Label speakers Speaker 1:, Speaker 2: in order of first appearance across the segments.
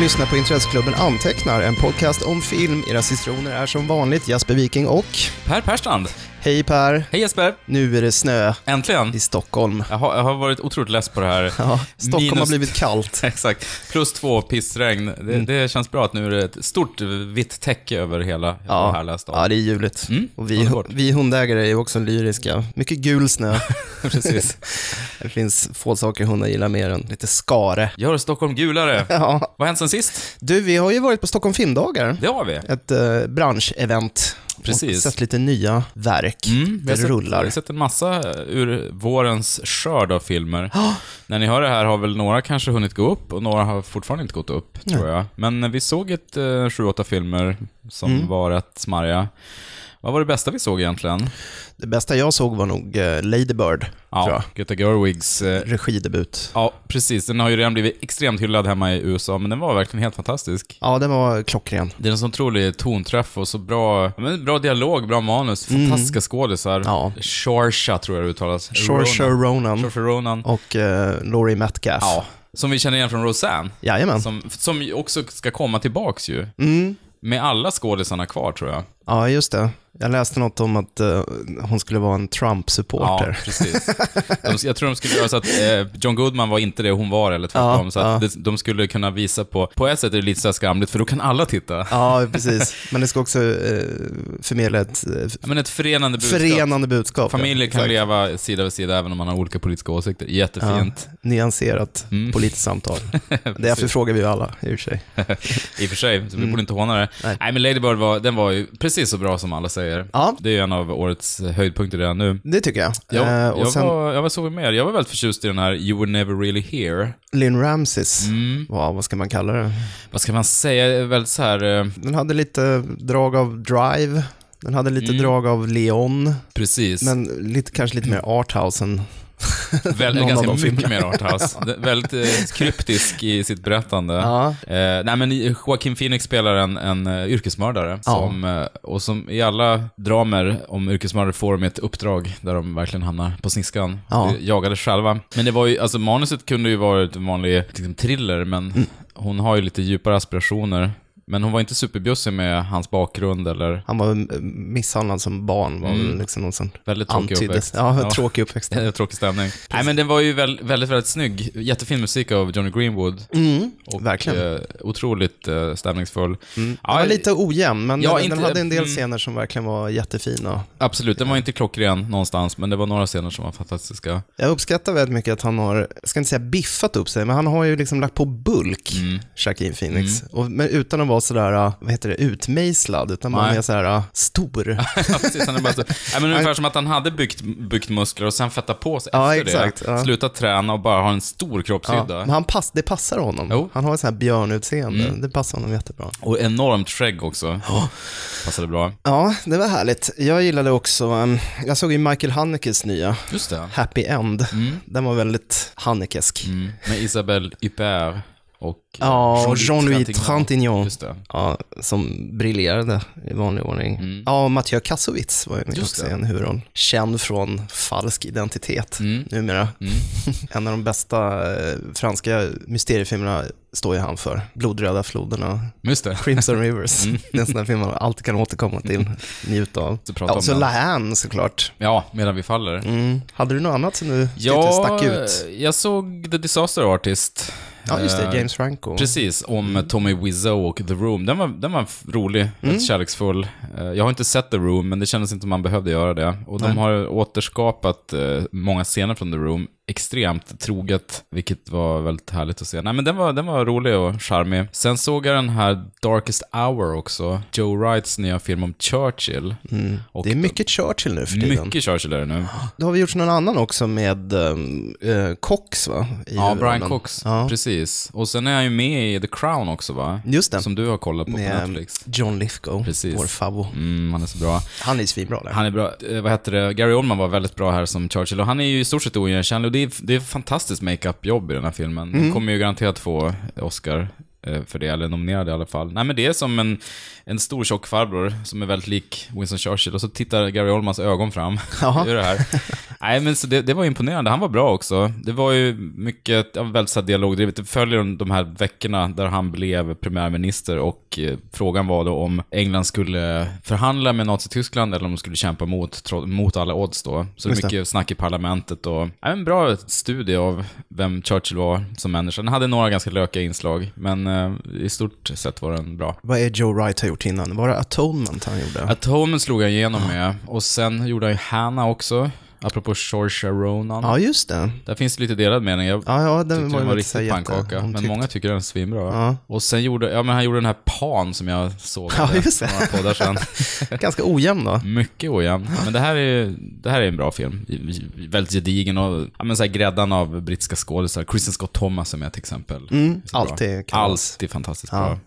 Speaker 1: lyssnar på Intresseklubben Antecknar, en podcast om film. Era citroner är som vanligt Jasper Viking och...
Speaker 2: Per Perstrand.
Speaker 1: Hej Per!
Speaker 2: Hej Jesper.
Speaker 1: Nu är det snö
Speaker 2: Äntligen.
Speaker 1: i Stockholm.
Speaker 2: Jag har, jag har varit otroligt less på det här.
Speaker 1: Ja, Stockholm har
Speaker 2: Minus-
Speaker 1: blivit kallt.
Speaker 2: Exakt. Mm. Plus två pissregn. Det, det känns bra att nu är det ett stort vitt täcke över hela ja. den här
Speaker 1: Ja,
Speaker 2: läsdagen.
Speaker 1: ja, det är ljuvligt.
Speaker 2: Mm,
Speaker 1: Och vi,
Speaker 2: underbart.
Speaker 1: vi hundägare är ju också lyriska. Mycket gul snö.
Speaker 2: Precis.
Speaker 1: Det finns få saker hundar gillar mer än lite skare.
Speaker 2: Gör Stockholm gulare.
Speaker 1: Ja.
Speaker 2: Vad har hänt sen sist?
Speaker 1: Du, vi har ju varit på Stockholm Filmdagar.
Speaker 2: Det har vi.
Speaker 1: Ett eh, branschevent.
Speaker 2: Precis.
Speaker 1: Och sett lite nya verk.
Speaker 2: Mm, vi
Speaker 1: det
Speaker 2: har sett,
Speaker 1: rullar.
Speaker 2: Vi har sett en massa ur vårens skörd av filmer. När ni hör det här har väl några kanske hunnit gå upp och några har fortfarande inte gått upp, tror jag. Men vi såg ett eh, sju, åtta filmer som var rätt smarriga. Vad var det bästa vi såg egentligen?
Speaker 1: Det bästa jag såg var nog eh, Lady Bird, tror
Speaker 2: Ja,
Speaker 1: jag.
Speaker 2: Greta Gerwigs... eh,
Speaker 1: Regidebut.
Speaker 2: Ja, precis. Den har ju redan blivit extremt hyllad hemma i USA, men den var verkligen helt fantastisk.
Speaker 1: Ja, den var klockren.
Speaker 2: Det är en sån otrolig tonträff och så bra, ja, men bra dialog, bra manus, fantastiska skådisar.
Speaker 1: Mm. Ja.
Speaker 2: Saoirse tror jag det uttalas.
Speaker 1: Saoirse
Speaker 2: Ronan.
Speaker 1: Ronan
Speaker 2: Saoirse Ronan.
Speaker 1: och eh, Laurie Metcalf.
Speaker 2: Ja, som vi känner igen från Roseanne.
Speaker 1: Jajamän.
Speaker 2: Som, som ju också ska komma tillbaks ju.
Speaker 1: Mm.
Speaker 2: Med alla skådisarna kvar tror jag.
Speaker 1: Ja, just det. Jag läste något om att eh, hon skulle vara en
Speaker 2: Ja,
Speaker 1: Trump-supporter.
Speaker 2: precis. De, jag tror de skulle göra så att eh, John Goodman var inte det hon var eller tvärtom.
Speaker 1: Ja,
Speaker 2: så att
Speaker 1: ja.
Speaker 2: det, de skulle kunna visa på, på ett sätt är det lite så här skamligt för då kan alla titta.
Speaker 1: Ja, precis. Men det ska också eh, förmedla ett eh,
Speaker 2: Men ett förenande budskap.
Speaker 1: förenande budskap. ja.
Speaker 2: Familjer kan
Speaker 1: Exakt.
Speaker 2: leva sida vid sida även om man har olika politiska åsikter. Jättefint.
Speaker 1: Nyanserat
Speaker 2: Mm.
Speaker 1: politiskt samtal. det efterfrågar vi ju alla, i och för sig.
Speaker 2: I och för sig, så vi borde inte håna det. Nej,
Speaker 1: Mm. Nej.
Speaker 2: men Lady Bird var, den var ju precis så bra som alla säger.
Speaker 1: Ja.
Speaker 2: Det är ju en av årets höjdpunkter redan nu.
Speaker 1: Det tycker jag.
Speaker 2: Jag,
Speaker 1: Eh, och
Speaker 2: jag,
Speaker 1: sen
Speaker 2: var, jag var såg mer. Jag var väldigt förtjust i den här You were never really here.
Speaker 1: Lynn Ramses.
Speaker 2: Mm.
Speaker 1: Ja, vad ska man kalla det?
Speaker 2: Vad ska man säga? Det är Väldigt så här, eh,
Speaker 1: Den hade lite drag av Drive. Den hade lite
Speaker 2: Mm.
Speaker 1: drag av Leon.
Speaker 2: precis. Mm.
Speaker 1: Men lite, kanske lite mer arthouse än...
Speaker 2: Väl,
Speaker 1: någon av
Speaker 2: ganska
Speaker 1: de
Speaker 2: mycket mer arthouse. Det- väldigt eh, kryptisk i sitt berättande.
Speaker 1: Ja.
Speaker 2: Eh, nej, men Joaquin Phoenix spelar en, en eh, yrkesmördare.
Speaker 1: Ja.
Speaker 2: Som, eh, och som i alla dramer om yrkesmördare får de ett uppdrag där de verkligen hamnar på sniskan.
Speaker 1: Ja.
Speaker 2: Ja. Jagades själva. Men det var ju, alltså manuset kunde ju varit en vanlig liksom, thriller, men
Speaker 1: Mm.
Speaker 2: hon har ju lite djupare aspirationer. Men hon var inte superbjussig med hans bakgrund eller
Speaker 1: Han var eh, misshandlad som barn, var väl liksom någon sån...
Speaker 2: väldigt Mm. tråkig
Speaker 1: antyddes.
Speaker 2: uppväxt.
Speaker 1: Ja, tråkig uppväxt.
Speaker 2: Eh, Tråkig stämning. Nej, men den var ju väl, väldigt, väldigt snygg. Jättefin musik av Johnny Greenwood. och,
Speaker 1: Mm. verkligen.
Speaker 2: Eh, otroligt eh, stämningsfull.
Speaker 1: Den
Speaker 2: Ja,
Speaker 1: var lite ojämn, men
Speaker 2: Ja,
Speaker 1: den,
Speaker 2: inte-
Speaker 1: den hade en del
Speaker 2: mm.
Speaker 1: scener som verkligen var jättefina.
Speaker 2: Absolut, den var inte klockren någonstans, men det var några scener som var fantastiska.
Speaker 1: Jag uppskattar väldigt mycket att han har, jag ska inte säga biffat upp sig, men han har ju liksom lagt på bulk,
Speaker 2: Mm.
Speaker 1: Joaquin Phoenix. Och, men utan att vara sådär, ah, vad heter det, utmejslad, utan bara
Speaker 2: Nej.
Speaker 1: mer sådär ah, stor.
Speaker 2: Ja, precis, han är bara så, nej, men ungefär som att han hade byggt, byggt muskler och sen fettat på sig
Speaker 1: Ja,
Speaker 2: efter
Speaker 1: exakt,
Speaker 2: det.
Speaker 1: ja.
Speaker 2: Slutat träna och bara ha en stor
Speaker 1: Ja,
Speaker 2: kroppshydda.
Speaker 1: men han pass, det passar honom.
Speaker 2: Jo. Mm.
Speaker 1: Han har ett sånt här björnutseende, det passar honom jättebra.
Speaker 2: Och enormt skägg också. Passade bra.
Speaker 1: Ja, det var härligt. Jag gillade också, ehm, jag såg ju Michael Hanekes nya
Speaker 2: Just det.
Speaker 1: Happy End. Den var väldigt Hanekesk.
Speaker 2: Mm. Med Isabelle Huppert och eh,
Speaker 1: Ja, och Jean-Louis Trintignant.
Speaker 2: Just det.
Speaker 1: Ja, som briljerade i vanlig ordning. Ja, och Mathieu Kassovitz var ju med
Speaker 2: Mm. Just
Speaker 1: också i
Speaker 2: det.
Speaker 1: en huvudroll. Känd från Falsk identitet
Speaker 2: Mm.
Speaker 1: numera. en av de bästa eh, franska mysteriefilmerna står ju han för. Blodröda floderna,
Speaker 2: Just det.
Speaker 1: Crimson Rivers.
Speaker 2: Mm.
Speaker 1: Det är en sån där film man alltid kan återkomma till, njuta av.
Speaker 2: Så prata
Speaker 1: Ja,
Speaker 2: om
Speaker 1: och så
Speaker 2: den.
Speaker 1: Lahan såklart.
Speaker 2: Ja, medan vi faller.
Speaker 1: Mm. Hade du något annat som du tyckte
Speaker 2: Ja,
Speaker 1: stack ut?
Speaker 2: jag såg The Disaster Artist.
Speaker 1: Ja, just det.
Speaker 2: Eh,
Speaker 1: James Franco.
Speaker 2: Precis, om
Speaker 1: Mm.
Speaker 2: Tommy Wiseau och The Room. Den var, den var f- rolig, rätt kärleksfull. Eh, Jag har inte sett The Room, men det kändes inte som man behövde göra det. Och de har återskapat eh, många scener från The Room, extremt troget, vilket var väldigt härligt att se. Nej, men den var, den var rolig och charmig. Sen såg jag den här Darkest Hour också, Joe Wrights nya film om Churchill. Och
Speaker 1: Det är mycket Churchill nu för tiden.
Speaker 2: mycket Churchill är det nu.
Speaker 1: Då har vi gjort någon annan också med um, eh, Cox, va? I
Speaker 2: Ja, Brian
Speaker 1: huvudrollen.
Speaker 2: Cox.
Speaker 1: Ja.
Speaker 2: Precis. Och sen är han ju med i The Crown också, va?
Speaker 1: Just det.
Speaker 2: Som du har kollat på på
Speaker 1: Med
Speaker 2: Netflix.
Speaker 1: John Lithgow,
Speaker 2: Precis.
Speaker 1: vår favvo.
Speaker 2: Mm, han är så bra.
Speaker 1: Han är ju svinbra där.
Speaker 2: Han är bra, eh, vad heter det, Gary Oldman var väldigt bra här som Churchill och han är ju i stort sett oigenkännlig och det är, det är ett fantastiskt makeup-jobb i den här filmen. Den kommer ju garanterat få Oscar eh, för det, eller nominerad i alla fall. Nej men det är som en, en stor tjock farbror som är väldigt lik Winston Churchill och så tittar Gary Oldmans ögon fram.
Speaker 1: Ja.
Speaker 2: Gör det här. Nej, men så det, det var imponerande. Han var bra också. Det var ju mycket, ja, väldigt så här dialogdrivet. Det följer de- de här veckorna där han blev premiärminister och eh, frågan var då om England skulle förhandla med Nazityskland eller om de skulle kämpa mot, tro- mot alla odds då. Så det
Speaker 1: Just
Speaker 2: är
Speaker 1: det.
Speaker 2: mycket snack i parlamentet och ja, en bra studie av vem Churchill var som människa. Han hade några ganska lökiga inslag, men eh, i stort sett var den bra.
Speaker 1: Vad är Joe Wright har gjort innan? Var det Atonement han gjorde?
Speaker 2: Atonement slog han igenom med och sen gjorde han ju Hannah också, apropå Saoirse Ronan.
Speaker 1: ja, just det.
Speaker 2: Där finns det lite delad mening. Jag
Speaker 1: Ja, ja,
Speaker 2: tyckte
Speaker 1: den var,
Speaker 2: den var
Speaker 1: ju inte så
Speaker 2: riktigt pannkaka,
Speaker 1: jätte-
Speaker 2: men
Speaker 1: omtyckt.
Speaker 2: många tycker den är svinbra.
Speaker 1: Ja.
Speaker 2: Och sen gjorde, ja men han gjorde den här Pan som jag såg
Speaker 1: Ja, just det.
Speaker 2: några poddar sen.
Speaker 1: Ganska ojämn då.
Speaker 2: Mycket ojämn. Men det här är, det här är en bra film. I- i- Väldigt gedigen och, ja men så här gräddan av brittiska skådisar. Kristen Scott Thomas är med till exempel.
Speaker 1: Mm,
Speaker 2: Så bra.
Speaker 1: alltid kalas.
Speaker 2: Alltid fantastiskt
Speaker 1: Ja.
Speaker 2: bra.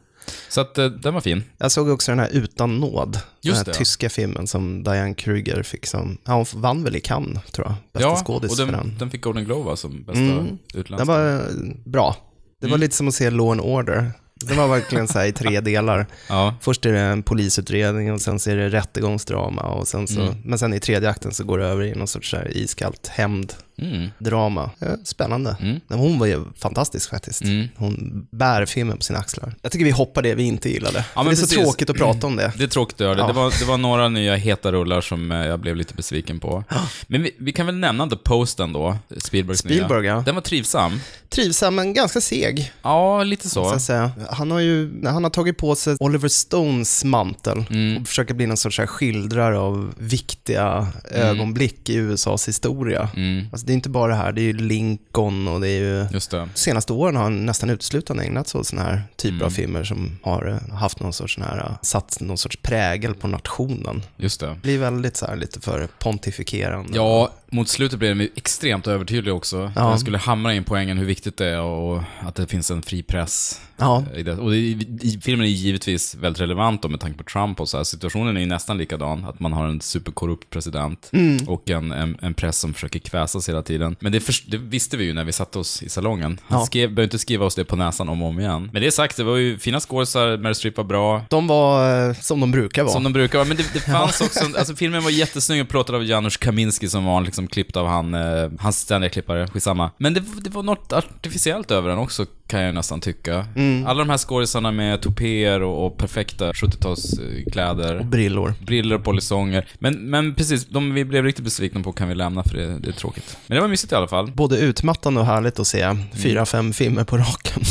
Speaker 2: Så att eh, den var fin.
Speaker 1: Jag såg också den här Utan nåd. den
Speaker 2: Just
Speaker 1: här
Speaker 2: det.
Speaker 1: tyska filmen som Diane Kruger fick som, ja, hon vann väl i Cannes tror jag, bästa skådis
Speaker 2: och
Speaker 1: för
Speaker 2: den,
Speaker 1: den.
Speaker 2: den fick Golden Globe va, som bästa
Speaker 1: Mm.
Speaker 2: utländska.
Speaker 1: Den var eh, bra. Det
Speaker 2: Mm.
Speaker 1: var lite som att se Law and Order. Den var verkligen så här i tre delar.
Speaker 2: Ja.
Speaker 1: Först är det en polisutredning och sen så är det rättegångsdrama och sen så,
Speaker 2: Mm.
Speaker 1: men sen i tredje akten så går det över i någon sorts så här iskallt hämnddrama.
Speaker 2: Mm.
Speaker 1: Eh, Spännande.
Speaker 2: Mm.
Speaker 1: Men hon var ju fantastisk faktiskt.
Speaker 2: Mm.
Speaker 1: Hon bär filmen på sina axlar. Jag tycker vi hoppar det vi inte gillade. För
Speaker 2: men
Speaker 1: det är så
Speaker 2: precis. Mm.
Speaker 1: tråkigt att prata om det.
Speaker 2: Det är tråkigt att göra det.
Speaker 1: Ja.
Speaker 2: Det, var, det var några nya heta rullar som eh, jag blev lite besviken på. Men vi, vi kan väl nämna The Post ändå, Spielbergs
Speaker 1: Spielberg, ja.
Speaker 2: nya. Den var trivsam.
Speaker 1: Trivsam men ganska seg.
Speaker 2: Ja, lite
Speaker 1: Så
Speaker 2: så.
Speaker 1: att säga. Han har ju han har tagit på sig Oliver Stones mantel
Speaker 2: Mm.
Speaker 1: och försöker bli någon sorts så här skildrare av viktiga ögonblick i USAs historia.
Speaker 2: Mm,
Speaker 1: Alltså, det är inte bara det här, det är ju Lincoln och det är ju...
Speaker 2: just det.
Speaker 1: De senaste åren har han nästan uteslutande ägnat sig åt sådana här typer
Speaker 2: Mm.
Speaker 1: av filmer som har eh, haft någon sorts sån här, eh, satt någon sorts prägel på nationen.
Speaker 2: Just det.
Speaker 1: Blir väldigt så här lite för pontifikerande.
Speaker 2: Ja, mot slutet blev den ju extremt övertydlig också.
Speaker 1: Ja.
Speaker 2: Den skulle hamra in poängen hur viktigt det är och att det finns en fri press.
Speaker 1: Ja,
Speaker 2: I det. Och det, i, filmen är givetvis väldigt relevant då, med tanke på Trump och så här. Situationen är ju nästan likadan, att man har en superkorrupt president
Speaker 1: Mm.
Speaker 2: och en, en, en press som försöker kväsas hela tiden. Men det, förs- det visste vi ju när vi satte oss i salongen. Han
Speaker 1: Ja.
Speaker 2: skrev, behöver inte skriva oss det på näsan om och om igen. Men det sagt, det var ju fina skådisar, Meryl Streep var bra.
Speaker 1: de var eh, som de brukar vara.
Speaker 2: Som de brukar vara, men det, det fanns också, en- alltså filmen var jättesnygg och plåtad av Janusz Kaminski som var liksom klippt av han, eh, hans ständiga klippare, skitsamma. Men det, det var något artificiellt över den också, kan jag nästan tycka.
Speaker 1: Mm.
Speaker 2: Alla de här skådisarna med tupéer och, och perfekta 70-talskläder.
Speaker 1: Brillor.
Speaker 2: Briller och polisonger. Men, men precis, de vi blev riktigt besvikna på kan vi lämna för det, det är tråkigt. Men det var mysigt i alla fall.
Speaker 1: både utmattande och härligt att se fyra, fem filmer på raken.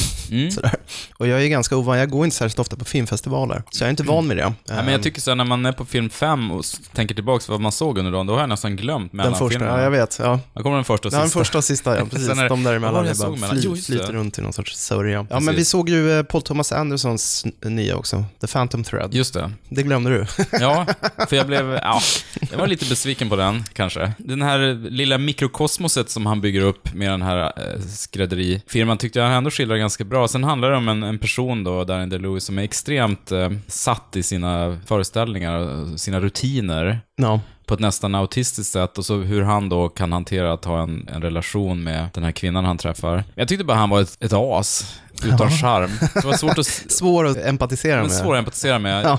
Speaker 2: Mm.
Speaker 1: Sådär. Och jag är ganska ovan, jag går inte särskilt ofta på filmfestivaler, så jag är inte van vid det. Ehm,
Speaker 2: Ja, men jag tycker så här, när man är på film 5 och s- tänker tillbaka vad man såg under dagen, då har jag nästan glömt
Speaker 1: den
Speaker 2: mellanfilmerna.
Speaker 1: första, ja, jag vet. Ja.
Speaker 2: Jag kommer den första och
Speaker 1: Ja, den
Speaker 2: sista.
Speaker 1: första och sista, ja, precis.
Speaker 2: Sen är det-
Speaker 1: de
Speaker 2: vad var
Speaker 1: däremellan
Speaker 2: det
Speaker 1: är
Speaker 2: jag såg
Speaker 1: bara
Speaker 2: mellan?
Speaker 1: fly,
Speaker 2: Jo, just det.
Speaker 1: flyter runt i någon sorts sörja. Ja,
Speaker 2: Precis.
Speaker 1: men vi såg ju eh, Paul Thomas Andersons n- nya också, The Phantom Thread.
Speaker 2: Just det.
Speaker 1: Det glömde du.
Speaker 2: Ja, för jag blev, ja, jag var lite besviken på den kanske. Den här lilla mikrokosmoset som han bygger upp med den här eh, skrädderifirman tyckte jag ändå skildrar ganska bra. Sen handlar det om en, en person då, Daniel DeLewis, som är extremt eh, satt i sina föreställningar, och sina rutiner
Speaker 1: ja.
Speaker 2: på ett nästan autistiskt sätt och så hur han då kan hantera att ha en, en relation med den här kvinnan han träffar. Jag tyckte bara han var ett, ett as utan charm. Det var svårt att, s-
Speaker 1: Svår att empatisera
Speaker 2: men
Speaker 1: med.
Speaker 2: svår att empatisera med.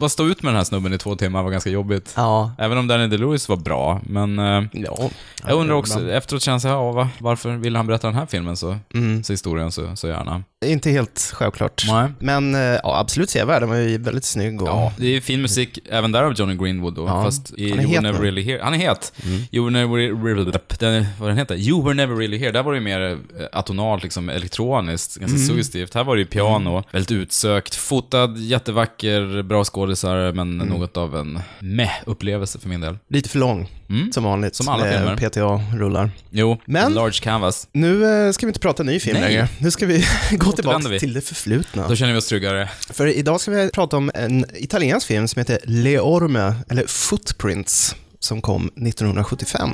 Speaker 2: Bara stå ut med den här snubben i två timmar var ganska jobbigt.
Speaker 1: Ja.
Speaker 2: Även om Danny DeLewis var bra, men eh,
Speaker 1: ja.
Speaker 2: jag undrar också, efteråt känns det, ja, va, varför ville han berätta den här filmen så,
Speaker 1: Mm.
Speaker 2: så historien så, så gärna?
Speaker 1: Det är Inte helt självklart.
Speaker 2: Nej.
Speaker 1: Men eh, ja, absolut sevärd, den var ju väldigt snygg och...
Speaker 2: Ja, det är ju fin musik även där av Johnny Greenwood då,
Speaker 1: Ja.
Speaker 2: fast i
Speaker 1: Han är
Speaker 2: You Were
Speaker 1: het
Speaker 2: Never
Speaker 1: nu. Mm.
Speaker 2: Really Here. Han är het. You Were Never Really... Den, vad den heter? You Were Never Really Here. Där var det ju mer eh, atonalt, liksom elektroniskt, ganska
Speaker 1: Mm.
Speaker 2: suggestivt. Här var det ju piano, väldigt utsökt, fotad, jättevacker, bra skådisar, men
Speaker 1: Mm.
Speaker 2: något av en meh-upplevelse för min del.
Speaker 1: Lite för lång, som vanligt.
Speaker 2: Mm. Som alla
Speaker 1: när
Speaker 2: filmer.
Speaker 1: PTA-rullar.
Speaker 2: Jo,
Speaker 1: Men-
Speaker 2: large canvas.
Speaker 1: Nu eh, ska vi inte prata ny film
Speaker 2: Nej.
Speaker 1: längre. Nu ska vi gå tillbaka
Speaker 2: vi.
Speaker 1: till det förflutna.
Speaker 2: Då känner vi oss tryggare.
Speaker 1: För idag ska vi prata om en italiensk film som heter Le Orme, eller Footprints, som kom 1975.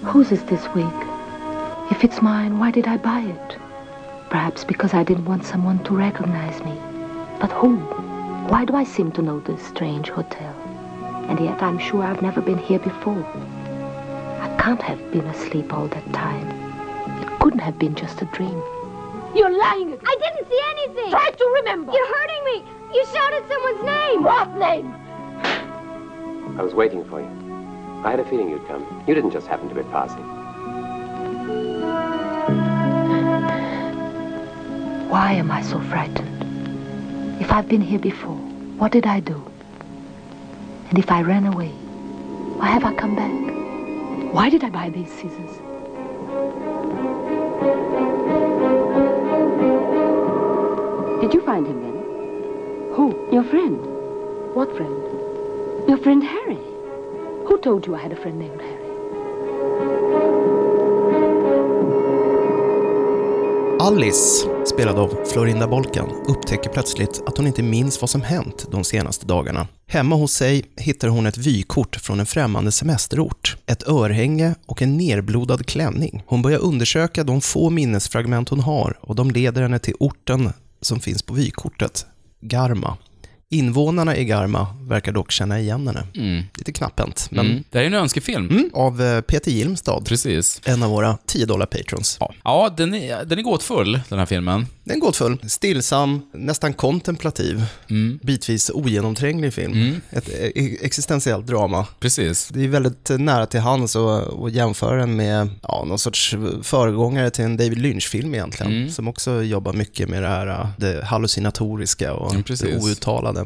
Speaker 3: Whose is this wig? If it's mine, why did I buy it? Perhaps because I didn't want someone to recognize me. But who? Why do I seem to know this strange hotel? And yet I'm sure I've never been here before. I can't have been asleep all that time. It couldn't have been just a dream.
Speaker 4: You're lying.
Speaker 5: I didn't see anything.
Speaker 4: Try to remember.
Speaker 5: You're hurting me. You shouted someone's name.
Speaker 4: What name?
Speaker 6: I was waiting for you.
Speaker 5: I had a feeling you'd come. You didn't just happen to be passing.
Speaker 3: Why am I so frightened? If I've been here before, what did I do? And if I ran away, why have I come back? Why did I buy these scissors?
Speaker 6: Did you find him then?
Speaker 3: Who?
Speaker 6: Your friend?
Speaker 3: What friend?
Speaker 6: Your friend Harry?
Speaker 3: Who told you I had a friend named Harry?
Speaker 1: Alice, spelad av Florinda Bolkan, upptäcker plötsligt att hon inte minns vad som hänt de senaste dagarna. Hemma hos sig hittar hon ett vykort från en främmande semesterort, ett örhänge och en nerblodad klänning. Hon börjar undersöka de få minnesfragment hon har och de leder henne till orten som finns på vykortet, Garma. Invånarna i Garma verkar dock känna igen henne. Lite knapphänt, men
Speaker 2: Mm. Det här är en önskefilm.
Speaker 1: av eh, Peter Gilmstad,
Speaker 2: Precis.
Speaker 1: en av våra 10 dollar patrons.
Speaker 2: Ja, ja den, är, den är gåtfull, den här filmen.
Speaker 1: Den är gåtfull, stillsam, nästan kontemplativ,
Speaker 2: Mm.
Speaker 1: bitvis ogenomtränglig film. Ett eh, existentiellt drama.
Speaker 2: Precis.
Speaker 1: Det är väldigt eh, nära till hands att att jämföra den med ja, någon sorts föregångare till en David Lynch-film egentligen,
Speaker 2: Mm.
Speaker 1: som också jobbar mycket med det här eh, det hallucinatoriska och
Speaker 2: Ja, precis.
Speaker 1: det outtalade.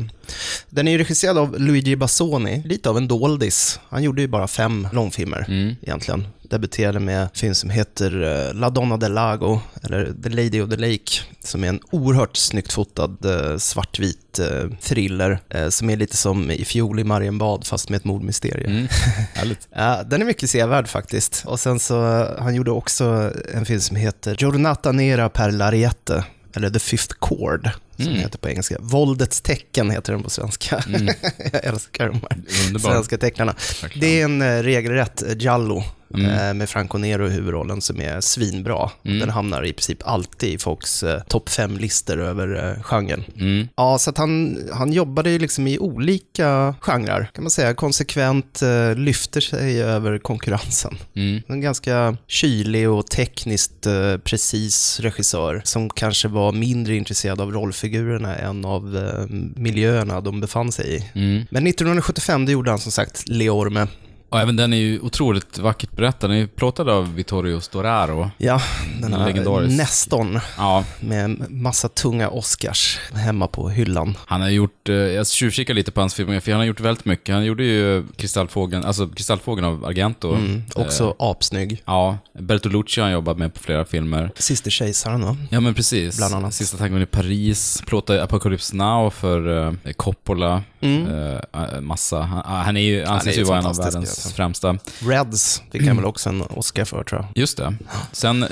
Speaker 1: Den är ju regisserad av Luigi Bassoni, lite av en doldis. Han gjorde ju bara fem långfilmer egentligen. Debuterade med en film som heter eh, La Donna del Lago, eller The Lady of the Lake, som är en oerhört snyggt fotad eh, svartvit eh, thriller, eh, som är lite som I fjol i Marienbad, fast med ett mordmysterium.
Speaker 2: Mm. Härligt.
Speaker 1: Ja, den är mycket sevärd faktiskt. Och sen så, eh, han gjorde också en film som heter Giornata Nera per Lariette, eller The Fifth Chord, som den heter på engelska. Våldets tecken heter den på svenska. Jag älskar de här
Speaker 2: Underbar.
Speaker 1: svenska tecknarna. Det är en eh, regelrätt eh, giallo. eh, med Franco Nero i huvudrollen som är svinbra. Den hamnar i princip alltid i folks eh, topp fem-listor över eh, genren.
Speaker 2: Mm,
Speaker 1: Ja, så att han, han jobbade ju liksom i olika genrer, kan man säga. Konsekvent eh, lyfter sig över konkurrensen.
Speaker 2: mm,
Speaker 1: En ganska kylig och tekniskt eh, precis regissör som kanske var mindre intresserad av rollfigurerna än av eh, miljöerna de befann sig i. Men 1975 det gjorde han som sagt Leorme.
Speaker 2: mm. Och även den är ju otroligt vackert berättad. Den är ju plåtad av Vittorio Storaro.
Speaker 1: Ja, den här
Speaker 2: Legendarisk.
Speaker 1: Neston
Speaker 2: Ja,
Speaker 1: med massa tunga Oscars hemma på hyllan.
Speaker 2: han har gjort, eh, jag tjuvkikar lite på hans filmografi, han har gjort väldigt mycket. Han gjorde ju Kristallfågeln, alltså Kristallfågeln av Argento.
Speaker 1: Också apsnygg.
Speaker 2: Ja, Bertolucci har han jobbat med på flera filmer.
Speaker 1: Sista kejsaren va?
Speaker 2: Ja men precis.
Speaker 1: Bland annat.
Speaker 2: Sista tanken i Paris, plåta Apocalypse Now för eh, Coppola, eh, eh, massa. Han, han är ju, anses
Speaker 1: Mm. är
Speaker 2: ju vara en av
Speaker 1: fantastisk,
Speaker 2: världens
Speaker 1: alltså.
Speaker 2: främsta.
Speaker 1: Reds fick han väl också en Oscar för tror jag.
Speaker 2: Just det. Sen, eh,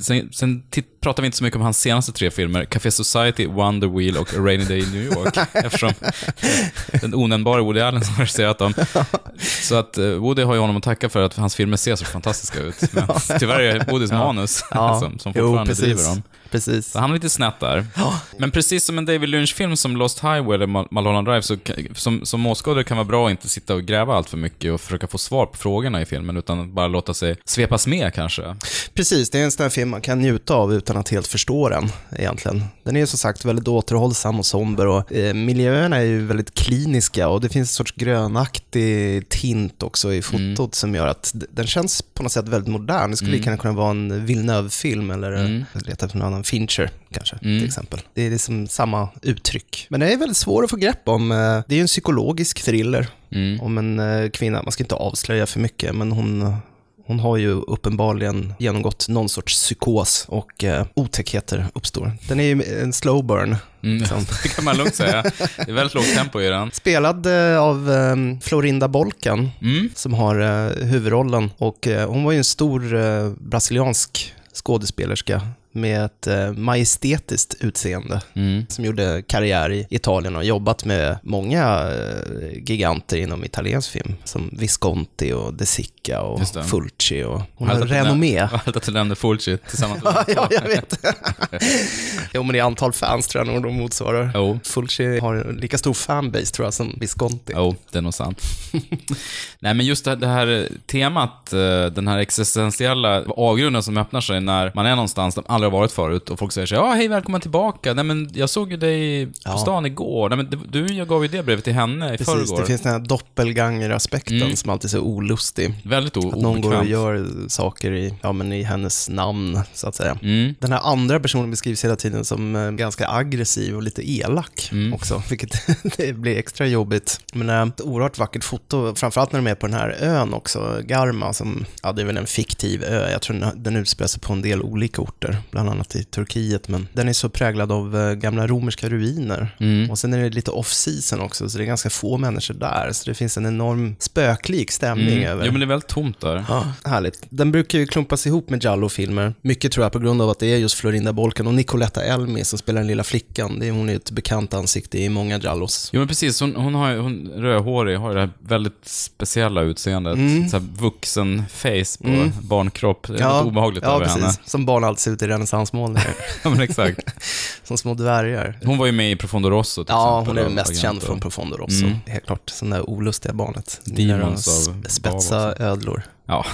Speaker 2: sen, sen titt, pratar vi inte så mycket om hans senaste tre filmer, Café Society, Wonder Wheel och A Rainy Day in New York, eftersom den onämnbara Woody Allen som har regisserat dem. Så att eh, Woody har ju honom att tacka för att hans filmer ser så fantastiska ut, men tyvärr är Woodys manus som, som fortfarande driver dem.
Speaker 1: Precis.
Speaker 2: Så han är lite snett där. Men precis som en David Lynch-film som Lost Highway eller Mal- Mulholland Drive, så kan- som, som åskådare kan vara bra att inte sitta och gräva allt för mycket och försöka få svar på frågorna i filmen, utan bara låta sig svepas med kanske.
Speaker 1: Precis, det är en sån här film man kan njuta av utan att helt förstå den egentligen. Den är ju som sagt väldigt återhållsam och somber och eh, miljöerna är ju väldigt kliniska och det finns en sorts grönaktig tint också i fotot som gör att d- den känns på något sätt väldigt modern. Det skulle lika gärna kunna vara en Villeneuve-film eller mm. leta efter någon annan Fincher kanske till exempel. Det är liksom samma uttryck. Men det är väldigt svår att få grepp om. eh, Det är ju en psykologisk thriller om en eh, kvinna, man ska inte avslöja för mycket, men hon hon har ju uppenbarligen genomgått någon sorts psykos och eh, otäckheter uppstår. Den är ju en slow burn. liksom. som-
Speaker 2: Det kan man lugnt säga. Det är väldigt lågt tempo i den.
Speaker 1: Spelad eh, av eh, Florinda Bolkan, som har eh, huvudrollen. Och eh, hon var ju en stor eh, brasiliansk skådespelerska med ett eh, majestätiskt utseende som gjorde karriär i Italien och jobbat med många eh, giganter inom italiensk film som Visconti och De Sica och
Speaker 2: det.
Speaker 1: Fulci och hon har renommé.
Speaker 2: Halta till Lenne Fulci tillsammans med
Speaker 1: ja, jag vet. jo, men i antal fans tror jag nog de motsvarar.
Speaker 2: Jo.
Speaker 1: Fulci har lika stor fanbase tror jag som Visconti.
Speaker 2: Jo, det är nog sant. Nej, men just det, det här temat, eh, den här existentiella avgrunden som öppnar sig när man är någonstans, de allra aldrig har varit förut och folk säger så här, ja hej välkommen tillbaka, nej men jag såg ju dig
Speaker 1: Ja.
Speaker 2: på stan igår, nej men du- du, jag gav ju det brevet till henne i
Speaker 1: Precis,
Speaker 2: förrgår.
Speaker 1: det finns den här doppelganger-aspekten
Speaker 2: Mm.
Speaker 1: som alltid är så olustig.
Speaker 2: Väldigt o-
Speaker 1: Att någon går och
Speaker 2: obekvämt.
Speaker 1: gör saker i, ja, men i hennes namn, så att säga.
Speaker 2: Mm.
Speaker 1: Den här andra personen beskrivs hela tiden som eh, ganska aggressiv och lite elak
Speaker 2: Mm.
Speaker 1: också, vilket det blir extra jobbigt. Men eh, ett oerhört vackert foto, framförallt när de är på den här ön också, Garma, som, ja det är väl en fiktiv ö, jag tror den, den utspelar sig på en del olika orter, bland annat i Turkiet, men den är så präglad av eh, gamla romerska ruiner.
Speaker 2: Mm.
Speaker 1: Och sen är det lite off-season också, så det är ganska få människor där, så det finns en enorm spöklik stämning
Speaker 2: Mm.
Speaker 1: över
Speaker 2: Jo men det är väldigt tomt där.
Speaker 1: Ja, härligt. Den brukar ju klumpas ihop med Jallo-filmer. Mycket tror jag på grund av att det är just Florinda Bolkan och Nicoletta Elmi som spelar den lilla flickan. Det är, hon är ju ett bekant ansikte i många Jallos.
Speaker 2: Jo men precis, hon, hon, har, ju- hon rödhårig, har ju det här väldigt speciella utseendet. Så här vuxen face på barnkropp. Det är lite obehagligt
Speaker 1: Mm. ja,
Speaker 2: över
Speaker 1: precis.
Speaker 2: henne.
Speaker 1: Som barn alltid ser ut i renässansmålningar.
Speaker 2: Ja, men exakt.
Speaker 1: som små dvärgar.
Speaker 2: Hon var ju med i Profondo Rosso till
Speaker 1: Ja,
Speaker 2: exempel,
Speaker 1: hon är väl
Speaker 2: och
Speaker 1: mest
Speaker 2: Agent
Speaker 1: känd
Speaker 2: och-
Speaker 1: från Profondo Rosso. Helt klart, som det där olustiga barnet.
Speaker 2: Demons
Speaker 1: Gillar att
Speaker 2: av
Speaker 1: sp- Spetsa
Speaker 2: Bava
Speaker 1: ödlor.
Speaker 2: Ja.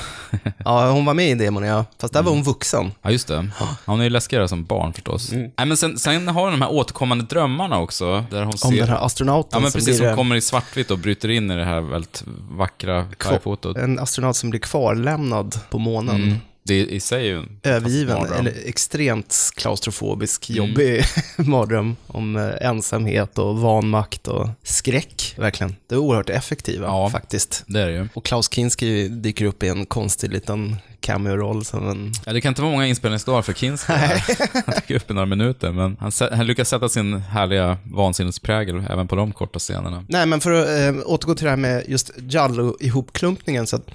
Speaker 1: Ja, hon var med i Demon, ja. Fast där
Speaker 2: Mm.
Speaker 1: var hon vuxen.
Speaker 2: ja, just det. Ja, hon är ju läskigare som barn förstås.
Speaker 1: Mm.
Speaker 2: Nej, men sen, sen har hon de här återkommande drömmarna också. Där hon
Speaker 1: Om
Speaker 2: ser...
Speaker 1: den här
Speaker 2: Ja,
Speaker 1: astronauten
Speaker 2: men
Speaker 1: som
Speaker 2: precis.
Speaker 1: blir
Speaker 2: Hon kommer i svartvitt och bryter in i det här väldigt vackra färgfotot.
Speaker 1: en astronaut som blir kvarlämnad på månen.
Speaker 2: Mm. Det är i sig ju en
Speaker 1: övergiven,
Speaker 2: mardröm. Mm.
Speaker 1: eller extremt klaustrofobisk, jobbig mardröm om eh, ensamhet och vanmakt och skräck. Verkligen. Det är oerhört effektiva
Speaker 2: Ja.
Speaker 1: faktiskt.
Speaker 2: Det är det ju.
Speaker 1: Och Klaus Kinski dyker upp i en konstig liten cameo-roll som en...
Speaker 2: Ja, det kan inte vara många inspelningsdagar för Kinski. där. Han dyker upp i några minuter, men han, sä- han lyckas sätta sin härliga vansinnesprägel även på de korta scenerna.
Speaker 1: Nej, men för att eh, återgå till det här med just Giallo-ihopklumpningen, så att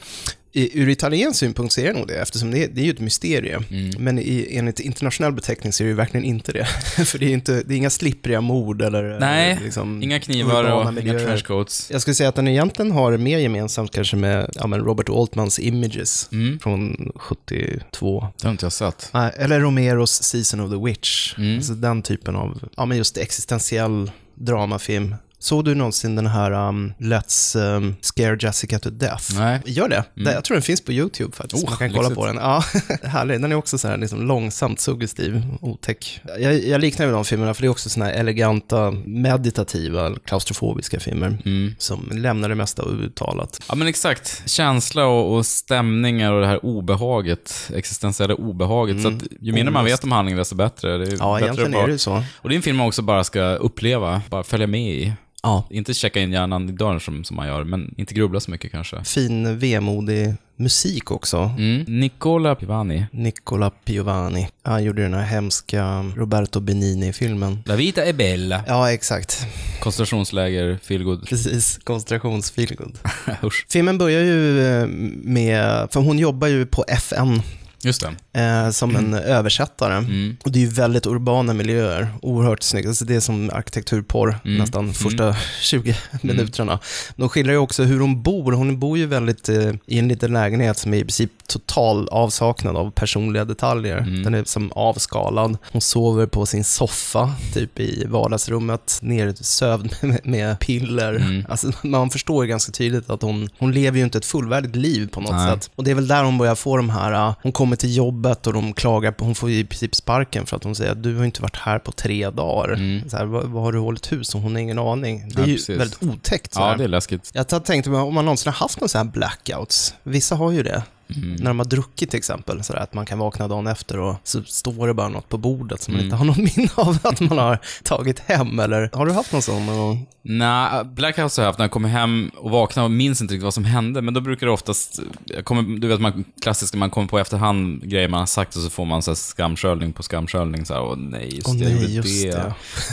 Speaker 1: i, ur italiensk synpunkt så är det nog det, eftersom det, är- det är ju ett mysterium.
Speaker 2: Mm.
Speaker 1: Men i, enligt internationell beteckning så är det ju verkligen inte det. för det är, ju inte, det är inga slippriga mord eller...
Speaker 2: Nej,
Speaker 1: eh, liksom,
Speaker 2: inga knivar
Speaker 1: urbana
Speaker 2: och inga
Speaker 1: miljöer.
Speaker 2: trenchcoats.
Speaker 1: Jag skulle säga att den egentligen har mer gemensamt kanske med ja, men Robert Altmans Images från 72.
Speaker 2: Det har inte jag sett.
Speaker 1: Nej, Eller Romeros Season of the Witch.
Speaker 2: Mm.
Speaker 1: Alltså den typen av, ja men just existentiell dramafilm. Såg du någonsin den här um, Let's um, Scare Jessica to Death?
Speaker 2: Nej. Mm.
Speaker 1: Gör det. Det- Jag tror den finns på YouTube faktiskt.
Speaker 2: Oh,
Speaker 1: Man kan kolla
Speaker 2: lyxigt.
Speaker 1: på den. Ja, härlig. Den är också så här liksom långsamt suggestiv, otäck. Jag, jag liknar ju de filmerna för det är också såna här eleganta, meditativa, klaustrofobiska filmer
Speaker 2: Mm.
Speaker 1: som lämnar det mesta outtalat.
Speaker 2: Ja, men exakt. Känsla och, och stämningar och det här obehaget, existentiella obehaget. Så att ju mindre man vet om handlingen, desto bättre. Det är
Speaker 1: Mm. Ja,
Speaker 2: bättre
Speaker 1: egentligen
Speaker 2: att bara...
Speaker 1: är det ju så.
Speaker 2: Och det är en film man också bara ska uppleva, bara följa med i.
Speaker 1: Ja.
Speaker 2: Inte checka in hjärnan i dörren som, som man gör, men inte grubbla så mycket kanske.
Speaker 1: Fin, vemodig musik också.
Speaker 2: Mm. Nicola Pivani.
Speaker 1: Nicola Piovani. Han gjorde den här hemska Roberto Benini-filmen.
Speaker 2: La vita è bella.
Speaker 1: Ja, exakt.
Speaker 2: Koncentrationsläger, feelgood.
Speaker 1: Precis. Koncentrationsfeelgood.
Speaker 2: Usch.
Speaker 1: Filmen börjar ju eh, med, för hon jobbar ju på FN
Speaker 2: Just det.
Speaker 1: eh, som en översättare. Och det är ju väldigt urbana miljöer, oerhört snyggt. Alltså det är som arkitekturporr nästan första 20 minuterna. De skildrar ju också hur hon bor. Hon bor ju väldigt eh, i en liten lägenhet som är i princip total avsaknad av personliga detaljer. Den är som avskalad. Hon sover på sin soffa, typ i vardagsrummet, nersövd med, med piller. Alltså, man förstår ju ganska tydligt att hon, hon lever ju inte ett fullvärdigt liv på något
Speaker 2: Nej.
Speaker 1: sätt. Och det är väl där hon börjar få de här, ah, hon kommer till jobbet och de klagar på, hon får ju i princip sparken för att hon säger att du har inte varit här på tre dagar. Så här, vad, vad har du hållit hus om? Hon har ingen aning. Det är
Speaker 2: Mm. Ja,
Speaker 1: ju
Speaker 2: precis.
Speaker 1: väldigt otäckt. Så
Speaker 2: Ja,
Speaker 1: här.
Speaker 2: det är läskigt.
Speaker 1: Jag t- tänkte mig om man någonsin har haft någon sån här blackouts. Vissa har ju det.
Speaker 2: Mm.
Speaker 1: När de har druckit till exempel, så där, att man kan vakna dagen efter och så står det bara något på bordet som man
Speaker 2: Mm.
Speaker 1: inte har något minne av att man har tagit hem. Eller har du haft någon sån? Och...
Speaker 2: Nej, blackouts har jag haft när jag kommer hem och vaknar och minns inte riktigt vad som hände, men då brukar det oftast, jag kommer, du vet man klassiska, man kommer på efterhand grejer man har sagt och så får man så här skamsköljning på skamsköljning så här, åh nej, just
Speaker 1: Åh,
Speaker 2: det, jag
Speaker 1: nej,
Speaker 2: gjorde
Speaker 1: just
Speaker 2: det.
Speaker 1: det.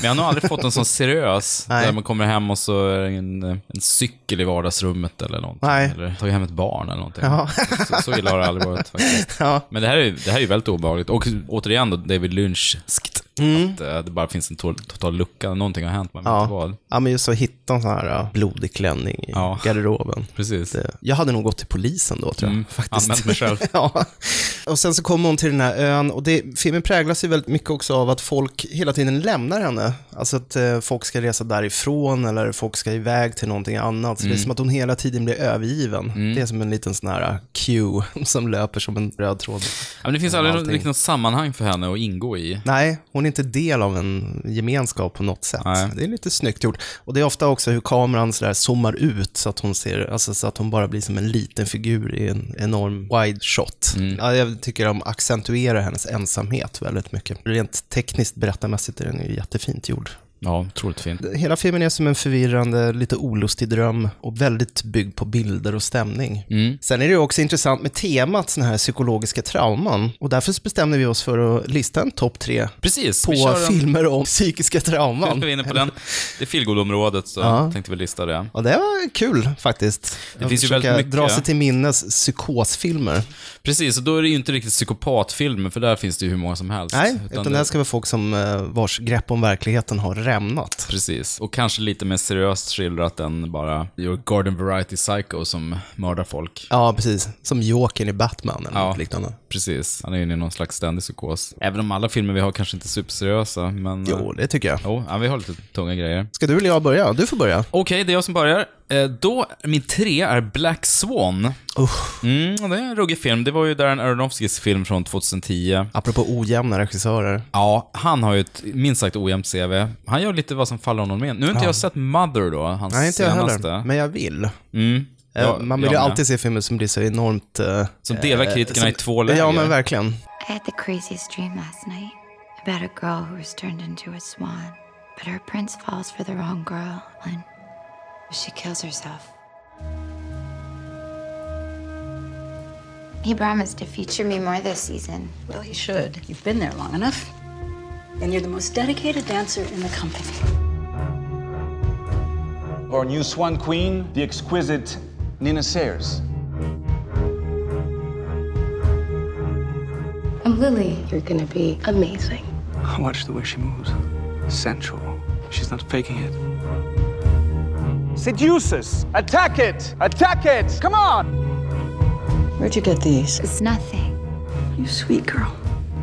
Speaker 2: Men jag har nog aldrig fått en sån seriös,
Speaker 1: Nej.
Speaker 2: där man kommer hem och så är det en, en cykel i vardagsrummet eller någonting.
Speaker 1: Nej.
Speaker 2: Eller tagit hem ett barn eller någonting.
Speaker 1: Ja.
Speaker 2: Så, så illa har det aldrig varit faktiskt.
Speaker 1: Ja.
Speaker 2: Men det här, är, det här är ju väldigt obehagligt. Och återigen då, David Lynch-skt. Att eh, det bara finns en to- total lucka, någonting har hänt, man vet inte
Speaker 1: Mm. Ja.
Speaker 2: vad.
Speaker 1: ja, men just att hitta en sån här ja, blodig klänning i
Speaker 2: Ja.
Speaker 1: garderoben.
Speaker 2: Precis.
Speaker 1: eh, Det- Jag hade nog gått till polisen då tror jag.
Speaker 2: Mm,
Speaker 1: Faktiskt.
Speaker 2: anmält mig själv.
Speaker 1: ja. Och sen så kommer hon till den här ön och det, filmen präglas ju väldigt mycket också av att folk hela tiden lämnar henne. Alltså att eh, folk ska resa därifrån eller folk ska iväg till någonting annat. Så det är som att hon hela tiden blir övergiven. Det är som en liten sån här eh, cue som löper som en röd tråd.
Speaker 2: Ja, men det finns aldrig något,
Speaker 1: Allting.
Speaker 2: riktigt något sammanhang för henne att ingå i.
Speaker 1: Nej, hon är inte del av en gemenskap på något sätt.
Speaker 2: Nej.
Speaker 1: Det är lite snyggt gjort. Och det är ofta också hur kameran så där zoomar ut så att hon ser, alltså så att hon bara blir som en liten figur i en enorm wide shot. Ja, jag tycker de accentuerar hennes ensamhet väldigt mycket. Rent tekniskt berättarmässigt är den ju jättefint gjord.
Speaker 2: Ja, otroligt fint.
Speaker 1: Hela filmen är som en förvirrande, lite olustig dröm och väldigt byggd på bilder och stämning. Sen är det ju också intressant med temat sådana här psykologiska trauman och därför bestämde vi oss för att lista en topp tre
Speaker 2: Precis, vi
Speaker 1: på
Speaker 2: kör en...
Speaker 1: filmer om psykiska
Speaker 2: Nu
Speaker 1: trauman.
Speaker 2: är vi inne på den. Det är feelgood-området, så tänkte vi lista det.
Speaker 1: Ja, det var kul faktiskt. Det
Speaker 2: finns ju väldigt mycket.
Speaker 1: dra sig till minnes psykosfilmer.
Speaker 2: Precis, och då är det ju inte riktigt psykopatfilmer, för där finns det ju hur många som helst.
Speaker 1: Nej, utan, det
Speaker 2: det-
Speaker 1: här ska vara folk som eh, vars grepp om verkligheten har rämnat.
Speaker 2: Precis, och kanske lite mer seriöst skildrat än bara your garden variety psycho som mördar folk.
Speaker 1: Ja, precis. Som Jokern i Batman eller
Speaker 2: Ja.
Speaker 1: något liknande.
Speaker 2: Precis, han är ju inne i någon slags ständig psykos. Även om alla filmer vi har kanske inte är superseriösa, men... eh,
Speaker 1: Jo, det tycker jag.
Speaker 2: Jo, ja, vi har lite tunga grejer.
Speaker 1: Ska du eller jag börja? Du får börja.
Speaker 2: Okej, det är jag som börjar. Eh, då, min tre är Black Swan. Mm, och det är en ruggig film. Det var ju Darren Aronofskys film från 2010.
Speaker 1: Apropå ojämna regissörer.
Speaker 2: Ja, han har ju ett minst sagt ojämnt CV. Han gör lite vad som faller honom in. Nu har inte jag sett Mother då, hans
Speaker 1: Nej, inte jag
Speaker 2: senaste.
Speaker 1: heller. Men jag vill.
Speaker 2: Mm.
Speaker 1: Eh,
Speaker 2: Ja,
Speaker 1: Man vill ju
Speaker 2: jag med.
Speaker 1: alltid se filmer som blir så enormt... eh,
Speaker 2: Som delar kritikerna i två läger.
Speaker 1: Ja, men verkligen.
Speaker 7: I had the craziest dream last night about a girl who was turned into a swan, but her prince falls for the wrong girl and she kills herself. He promised to feature me more this season.
Speaker 8: Well, you should. You've been there long enough. And you're the most dedicated dancer in the company.
Speaker 9: Our new swan queen, the exquisite Nina Sayers.
Speaker 7: I'm Lily.
Speaker 8: You're gonna be amazing.
Speaker 9: Watch the way she moves. Sensual. She's not faking it. Seduce us! Attack it! Attack it! Come on!
Speaker 8: Where'd you get these?
Speaker 7: It's nothing.
Speaker 8: You sweet girl.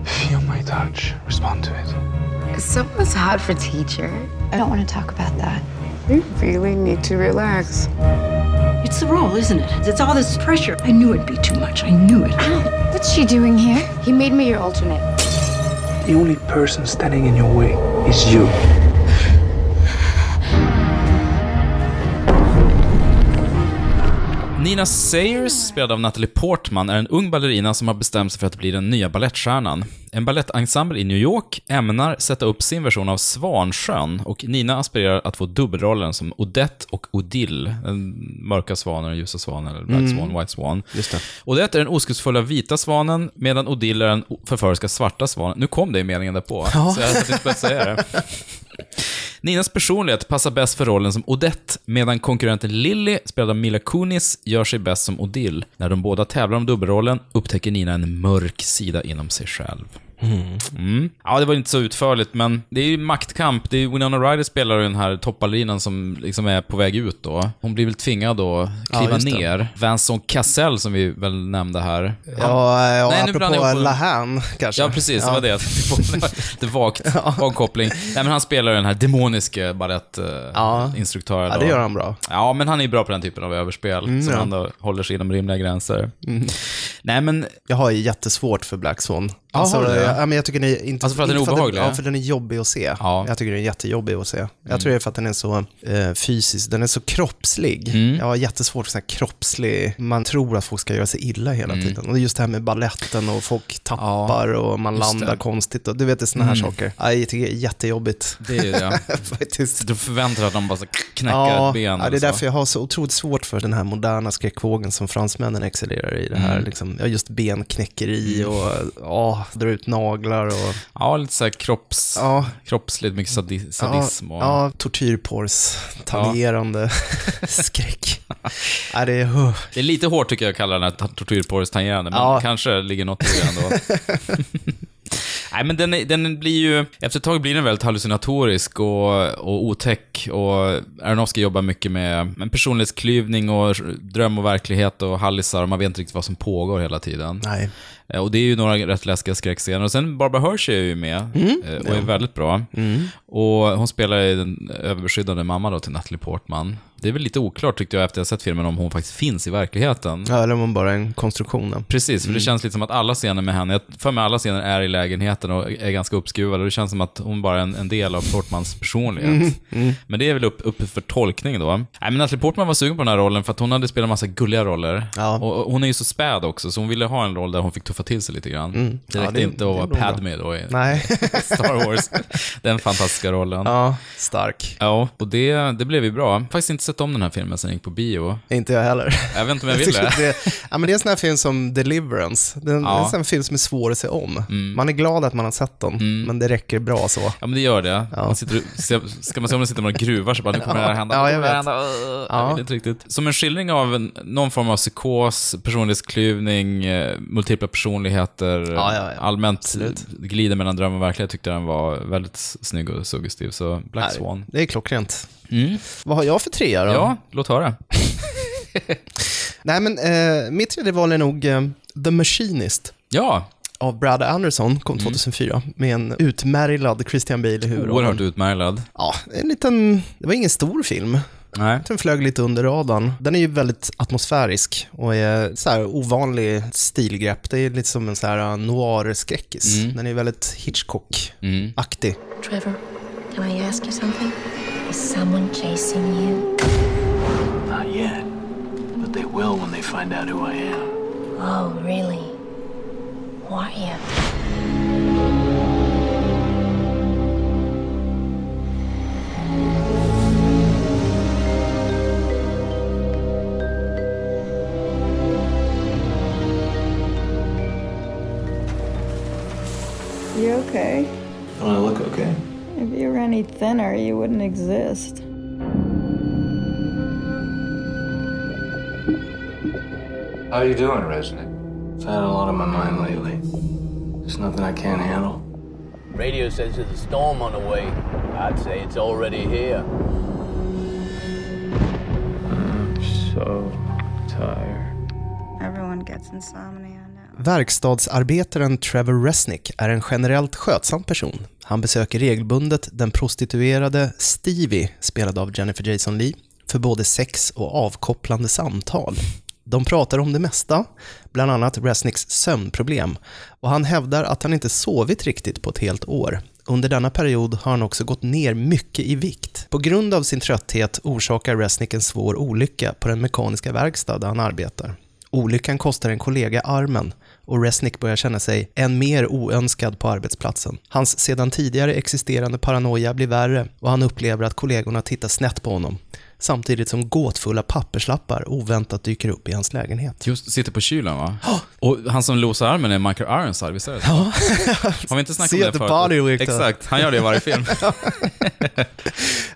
Speaker 9: Feel my touch. Respond to it.
Speaker 7: Someone's hot for teacher. I don't want to talk about that.
Speaker 8: It's the role, isn't it? It's all this pressure. I knew it'd be too much. I knew it.
Speaker 7: What's she doing here? He made me your alternate.
Speaker 9: The only person standing in your way is you.
Speaker 2: Nina Sayers, spelad av Natalie Portman, är en ung ballerina som har bestämt sig för att bli den nya ballettstjärnan. En balettensemble i New York ämnar sätta upp sin version av Svansjön och Nina aspirerar att få dubbelrollen som Odette och Odile, den mörka svanen, den ljusa svanen, eller Black Swan, White Swan. Mm. Just det. Odette är den oskuldsfulla vita svanen, medan Odile är den förföriska svarta svanen. Nu kom det i meningen därpå, så jag hade inte behövt säga det. Ninas personlighet passar bäst för rollen som Odette, medan konkurrenten Lily, spelad av Mila Kunis, gör sig bäst som Odile. När de båda tävlar om dubbelrollen upptäcker Nina en mörk sida inom sig själv. Mm. Ja, det var inte så utförligt, men det är ju maktkamp. Det är Winona Ryder spelar ju den här toppballerinan som liksom är på väg ut då. Hon blir väl tvingad att kliva
Speaker 1: just det.
Speaker 2: ner. Vanson Cassell, som vi väl nämnde här.
Speaker 1: Ja, eh, och
Speaker 2: Nej, nu blandar jag
Speaker 1: apropå
Speaker 2: ihop-
Speaker 1: Lahan kanske.
Speaker 2: Ja, precis. Det var det jag tänkte på. Det var lite vagt avkoppling. Nej, men han spelar ju den här demoniske
Speaker 1: Ja.
Speaker 2: balettinstruktören.
Speaker 1: Ja, det gör han Mm, bra.
Speaker 2: Ja, men han är ju bra på den typen av överspel, som han då håller sig inom rimliga gränser.
Speaker 1: Mm.
Speaker 2: Nej, men
Speaker 1: Jag har ju jättesvårt för Black Swan. Alltså,
Speaker 2: har du det?
Speaker 1: jag, ja, men jag tycker den är inte,
Speaker 2: Alltså för att den är
Speaker 1: inte
Speaker 2: obehaglig?
Speaker 1: ja, för den är jobbig att se.
Speaker 2: Ja. Mm.
Speaker 1: Jag tycker den är jättejobbig att se. Jag tror det är för att den är så eh, fysisk, den är så kroppslig.
Speaker 2: Mm.
Speaker 1: Jag har jättesvårt för sån här kroppslig, man tror att folk ska göra sig illa hela
Speaker 2: Mm.
Speaker 1: tiden. Och just det här med balletten och folk tappar och man landar konstigt och du vet, det är såna här
Speaker 2: Mm.
Speaker 1: saker. Ja, jag tycker det är jättejobbigt.
Speaker 2: det är ju det.
Speaker 1: Faktiskt.
Speaker 2: Du förväntar dig att de bara så knäcker
Speaker 1: Ja,
Speaker 2: ett ben.
Speaker 1: ja, det
Speaker 2: eller
Speaker 1: är
Speaker 2: så.
Speaker 1: därför jag har så otroligt svårt för den här moderna skräckvågen som fransmännen excellerar i. Det här
Speaker 2: Mm.
Speaker 1: liksom, ja, just benknäckeri och ja, dra ut naglar och
Speaker 2: Ja, lite så här kropps,
Speaker 1: ja,
Speaker 2: kroppsligt, mycket sadi-
Speaker 1: ja,
Speaker 2: sadism. Och,
Speaker 1: ja, tortyrpors, tangerande skräck. ja, det är, huh.
Speaker 2: Det är lite hårt tycker jag att kalla den här tortyrporrets tangerande, men
Speaker 1: Ja.
Speaker 2: kanske ligger något i det ändå. Nej, men den, är- den blir ju... Efter ett tag blir den väldigt hallucinatorisk och, och otäck. Och Aronofsky jobbar mycket med med personlighetsklyvning och dröm och verklighet och hallisar och man vet inte riktigt vad som pågår hela tiden.
Speaker 1: Nej.
Speaker 2: Eh, Och det är ju några rätt läskiga skräckscener. Och sen Barbara Hershey är ju med eh, och är väldigt bra. Och hon spelar ju den överbeskyddande mamma då till Natalie Portman. Det är väl lite oklart tyckte jag efter jag sett filmen om hon faktiskt finns i verkligheten.
Speaker 1: Ja, eller om man bara är en konstruktion.
Speaker 2: Precis, för det känns lite som att alla scener med henne, jag för mig alla scener är i lägenheten och är ganska uppskruvade och det känns som att hon bara är en, en del av Portmans personlighet.
Speaker 1: Mm-hmm.
Speaker 2: Men det är väl uppe upp för tolkning då. Nej, men Natalie Portman var sugen på den här rollen för att hon hade spelat massa gulliga roller.
Speaker 1: Ja.
Speaker 2: Och, och hon är ju så späd också, så hon ville ha en roll där hon fick tuffa till sig lite grann. Det
Speaker 1: Mm. Ja,
Speaker 2: räckte
Speaker 1: det-
Speaker 2: inte att
Speaker 1: det
Speaker 2: vara
Speaker 1: är nog bra.
Speaker 2: Padme då i
Speaker 1: Nej.
Speaker 2: Star Wars. Den fantastiska rollen. Ja.
Speaker 1: ja, stark.
Speaker 2: och det, det blev ju bra. Faktiskt inte sett om den här filmen sen jag gick på bio.
Speaker 1: Inte jag heller.
Speaker 2: Jag vet inte om jag ville.
Speaker 1: tycker det, ja, men det är en sån här film som Deliverance. Det är en,
Speaker 2: Ja. Mm.
Speaker 1: det är en film som är svår att se om. Man är glad att man har sett den, men det räcker bra så.
Speaker 2: Ja, men det gör det. Man sitter, och- se- ska man se om man sitter med gruvar så bara, nu kommer det här hända.
Speaker 1: Ja,
Speaker 2: nu
Speaker 1: jag
Speaker 2: kommer det här
Speaker 1: vet.
Speaker 2: hända. Öh, Jag vet inte riktigt. Som en skildring av en, någon form av psykos, personlighetsklyvning, eh, multipla personligheter,
Speaker 1: Ja, ja, ja.
Speaker 2: allmänt glider mellan dröm och verklighet tyckte jag den var väldigt s- snygg och suggestiv. Så Black Swan.
Speaker 1: Det är klockrent. Vad har jag för trea då?
Speaker 2: Ja, låt höra.
Speaker 1: Nej, men eh, mitt tredje val är nog eh, The Machinist
Speaker 2: Ja,
Speaker 1: av Brad Anderson, kom
Speaker 2: Mm.
Speaker 1: 2004, med en utmärglad Christian Bale i huvudrollen.
Speaker 2: oerhört utmärglad.
Speaker 1: Ja, en liten, det var ingen stor film.
Speaker 2: Nej.
Speaker 1: Den flög lite under radarn. Den är ju väldigt atmosfärisk och är så här ovanlig stilgrepp. Det är lite som en så här eh, noir-skräckis.
Speaker 2: Mm.
Speaker 1: Den är väldigt Hitchcock-aktig.
Speaker 4: Trevor, can I ask you something? Is someone chasing you?
Speaker 9: Not yet, but they will when they find out who I am.
Speaker 4: Oh, really? Why you?
Speaker 10: You okay?
Speaker 9: Don't I look okay?
Speaker 10: If you were any thinner, you wouldn't exist.
Speaker 9: How are you doing, Resnick? I've had a lot on my mind lately. There's nothing I can't handle.
Speaker 11: Radio says there's a storm on the way. I'd say it's already here.
Speaker 9: I'm so tired.
Speaker 10: Everyone gets insomnia now.
Speaker 1: Verkstadsarbetaren Trevor Resnick är en generellt skötsam person. Han besöker regelbundet den prostituerade Stevie, spelad av Jennifer Jason Leigh, för både sex och avkopplande samtal. De pratar om det mesta, bland annat Resnicks sömnproblem, och han hävdar att han inte sovit riktigt på ett helt år. Under denna period har han också gått ner mycket i vikt. På grund av sin trötthet orsakar Resnick en svår olycka på den mekaniska verkstad där han arbetar. Olyckan kostar en kollega armen och Resnick börjar känna sig än mer oönskad på arbetsplatsen. Hans sedan tidigare existerande paranoia blir värre och han upplever att kollegorna tittar snett på honom samtidigt som gåtfulla papperslappar oväntat dyker upp i hans lägenhet.
Speaker 2: Just sitter på kylen va? Och han som losar armen är Michael Ironside, visst är det så? Har vi inte snackat
Speaker 1: See
Speaker 2: om det
Speaker 1: the body
Speaker 2: förut?
Speaker 1: work, då.
Speaker 2: Exakt, han gör det i varje film.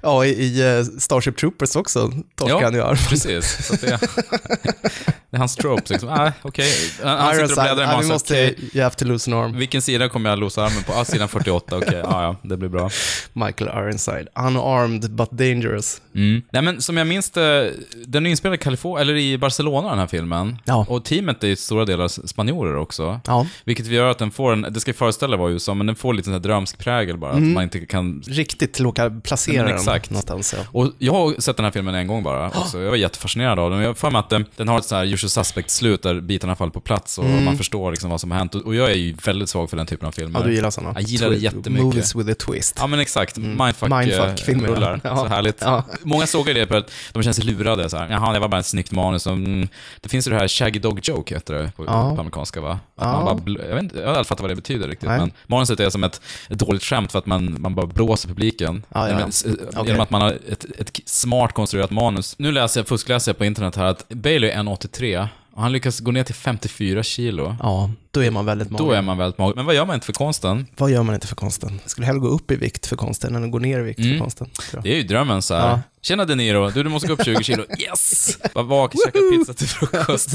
Speaker 1: Ja, i, i eh, Starship Troopers också torskar han ju armen.
Speaker 2: precis. Så att det, det är hans tropes. Liksom. Ah, okej. Han, han sitter och
Speaker 1: Ironside,
Speaker 2: bläddrar i
Speaker 1: ah, vi
Speaker 2: massa.
Speaker 1: måste,
Speaker 2: okej,
Speaker 1: You have to lose an arm.
Speaker 2: Vilken sida kommer jag låsa armen på? Ah, sidan 48. Okej, ah, ja, det blir bra.
Speaker 1: Michael Ironside, unarmed but dangerous.
Speaker 2: Mm. Nej, men som jag minns det, den är inspelad i, Kalifornien, eller i Barcelona, den här filmen.
Speaker 1: Ja.
Speaker 2: Och teamet är ju stora delar spanjorer också.
Speaker 1: Ja.
Speaker 2: Vilket gör att den får en, det ska föreställa vara i USA, men den får lite sån här drömsk prägel bara.
Speaker 1: Mm.
Speaker 2: Att man inte kan
Speaker 1: Riktigt lokal, placera
Speaker 2: Ja, men
Speaker 1: den
Speaker 2: exakt.
Speaker 1: någonstans. Ja.
Speaker 2: Och jag har sett den här filmen en gång bara också. Jag var jättefascinerad av den. Jag har för mig att den, den har ett så här usual suspect-slut där bitarna faller på plats och man förstår liksom vad som har hänt. Och, och jag är ju väldigt svag för den typen av filmer.
Speaker 1: Mm. ja, du gillar sådana.
Speaker 2: Jag gillar det
Speaker 1: Twi-
Speaker 2: jättemycket.
Speaker 1: Movies with a twist.
Speaker 2: Ja men exakt, mindfuck,
Speaker 1: Mindfuck-filmer,
Speaker 2: mindfuck rullar.
Speaker 1: Mm. ja.
Speaker 2: Så härligt.
Speaker 1: Ja.
Speaker 2: Många såg ju det för att de känns lurade. Så här. Jaha, det var bara ett snyggt manus. Som, mm, det finns ju det här Shaggy Dog Joke, heter det på, på amerikanska va? Att man bara bl- jag, vet inte, jag har aldrig fattat vad det betyder riktigt.
Speaker 1: Nej.
Speaker 2: Men manuset är som ett, ett dåligt skämt för att man, man bara blåser publiken.
Speaker 1: ja.
Speaker 2: Genom- s- eh,
Speaker 1: Okej.
Speaker 2: Genom att man har ett, ett smart konstruerat manus. Nu läser jag, fuskläser jag på internet här att Bailey är 1,83 Och han lyckas gå ner till 54 kilo.
Speaker 1: Ja, då är man väldigt mager.
Speaker 2: Då är man väldigt mager. Men vad gör man inte för konsten?
Speaker 1: Vad gör man inte för konsten? Jag skulle hellre gå upp i vikt för konsten än att gå ner i vikt
Speaker 2: Mm.
Speaker 1: för konsten. tror jag.
Speaker 2: Det är ju drömmen så här.
Speaker 1: Ja.
Speaker 2: Tjena De Niro, du, du måste gå upp 20 kilo. Yes! Var vaken, käka pizza till frukost.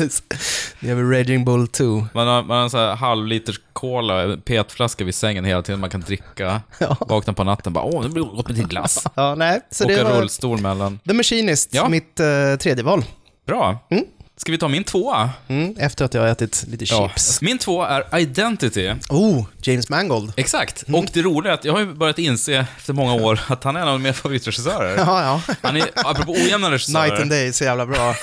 Speaker 1: Det är väl Raging Bull 2.
Speaker 2: Man har, man har en så här halvliters cola, en petflaska vid sängen hela tiden man kan dricka. Vakna på natten bara, åh, nu blir det gott med till glass.
Speaker 1: Ja, nej. Så
Speaker 2: Åka
Speaker 1: det var
Speaker 2: rullstol mellan.
Speaker 1: The Machinist, mitt eh, tredje val.
Speaker 2: Bra. Ska vi ta min tvåa?
Speaker 1: Mm, efter att jag har ätit lite chips.
Speaker 2: Min tvåa är Identity.
Speaker 1: Oh, James Mangold.
Speaker 2: Exakt.
Speaker 1: Mm.
Speaker 2: Och det roliga är att jag har ju börjat inse efter många år att han är en av mina favoritregissörer.
Speaker 1: Ja, ja.
Speaker 2: Han är, apropå ojämna regissörer.
Speaker 1: Night and Day, så jävla bra.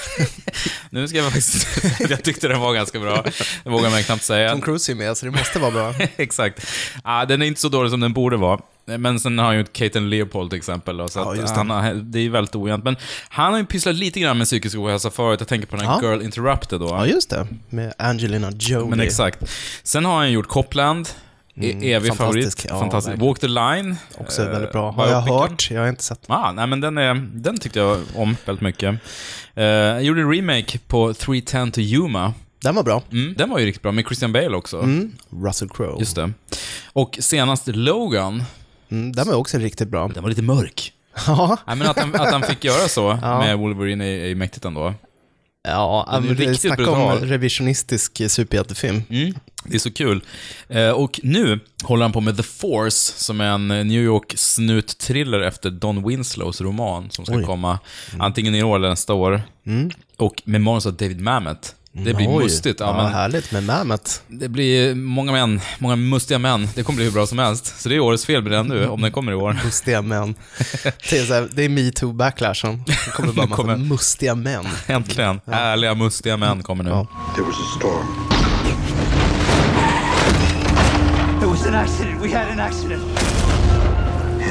Speaker 2: Nu ska jag faktiskt... jag tyckte den var ganska bra. Det vågar man knappt säga.
Speaker 1: Tom Cruise är ju med, så det måste vara bra.
Speaker 2: Exakt. Ah, den är inte så dålig som den borde vara. Men sen har han ju ett Kate and Leopold till exempel. då, Så
Speaker 1: Ja,
Speaker 2: att
Speaker 1: just det.
Speaker 2: han har, det är ju väldigt ojämnt. Men han har ju pysslat lite grann med psykisk ohälsa förut. Jag tänker på den här
Speaker 1: Ja.
Speaker 2: Girl Interrupted då.
Speaker 1: Ja, just det. Med Angelina Jolie.
Speaker 2: Men exakt. Sen har han gjort Copland. e-
Speaker 1: Mm,
Speaker 2: evig
Speaker 1: fantastisk.
Speaker 2: favorit.
Speaker 1: Ja,
Speaker 2: Fantastisk.
Speaker 1: verkligen.
Speaker 2: Walk the Line.
Speaker 1: Också
Speaker 2: eh,
Speaker 1: väldigt bra. Har jag
Speaker 2: biopicen.
Speaker 1: hört? Jag har inte sett.
Speaker 2: Ah, nej, men den, är, den tyckte jag om väldigt mycket. Eh, jag gjorde en remake på 310 to Yuma.
Speaker 1: Den var bra.
Speaker 2: Mm, den var ju riktigt bra, med Christian Bale också.
Speaker 1: Mm. Russell Crowe.
Speaker 2: Just det. Och senast Logan.
Speaker 1: Mm, den var också riktigt bra.
Speaker 2: Den var lite mörk.
Speaker 1: Ja.
Speaker 2: Nej, men att han, att han fick göra så
Speaker 1: Ja.
Speaker 2: med Wolverine är, är ju mäktigt ändå.
Speaker 1: Ja,
Speaker 2: Den är
Speaker 1: men det
Speaker 2: riktigt
Speaker 1: snacka
Speaker 2: brutal.
Speaker 1: om revisionistisk eh, superhjältefilm.
Speaker 2: Mm. Det är så kul. Eh, och nu håller han på med The Force, som är en eh, New York-snut-thriller efter Don Winslows roman, som ska
Speaker 1: Oj. Mm.
Speaker 2: komma antingen i år eller nästa år. Och med manus av David Mamet. Det blir
Speaker 1: Oj.
Speaker 2: mustigt. Ja,
Speaker 1: Ja,
Speaker 2: men
Speaker 1: härligt med Mamet.
Speaker 2: det blir många män, många mustiga män. Det kommer bli hur bra som helst. Så det är årets fel blir det nu, om den kommer i år.
Speaker 1: Mustiga män. Det är, så här, det är metoo-backlashen. Det kommer bara
Speaker 2: Nu kommer-
Speaker 1: massa mustiga män.
Speaker 2: Äntligen. Härliga, mustiga män kommer nu.
Speaker 12: There was a storm.
Speaker 13: It was an accident. We had an accident.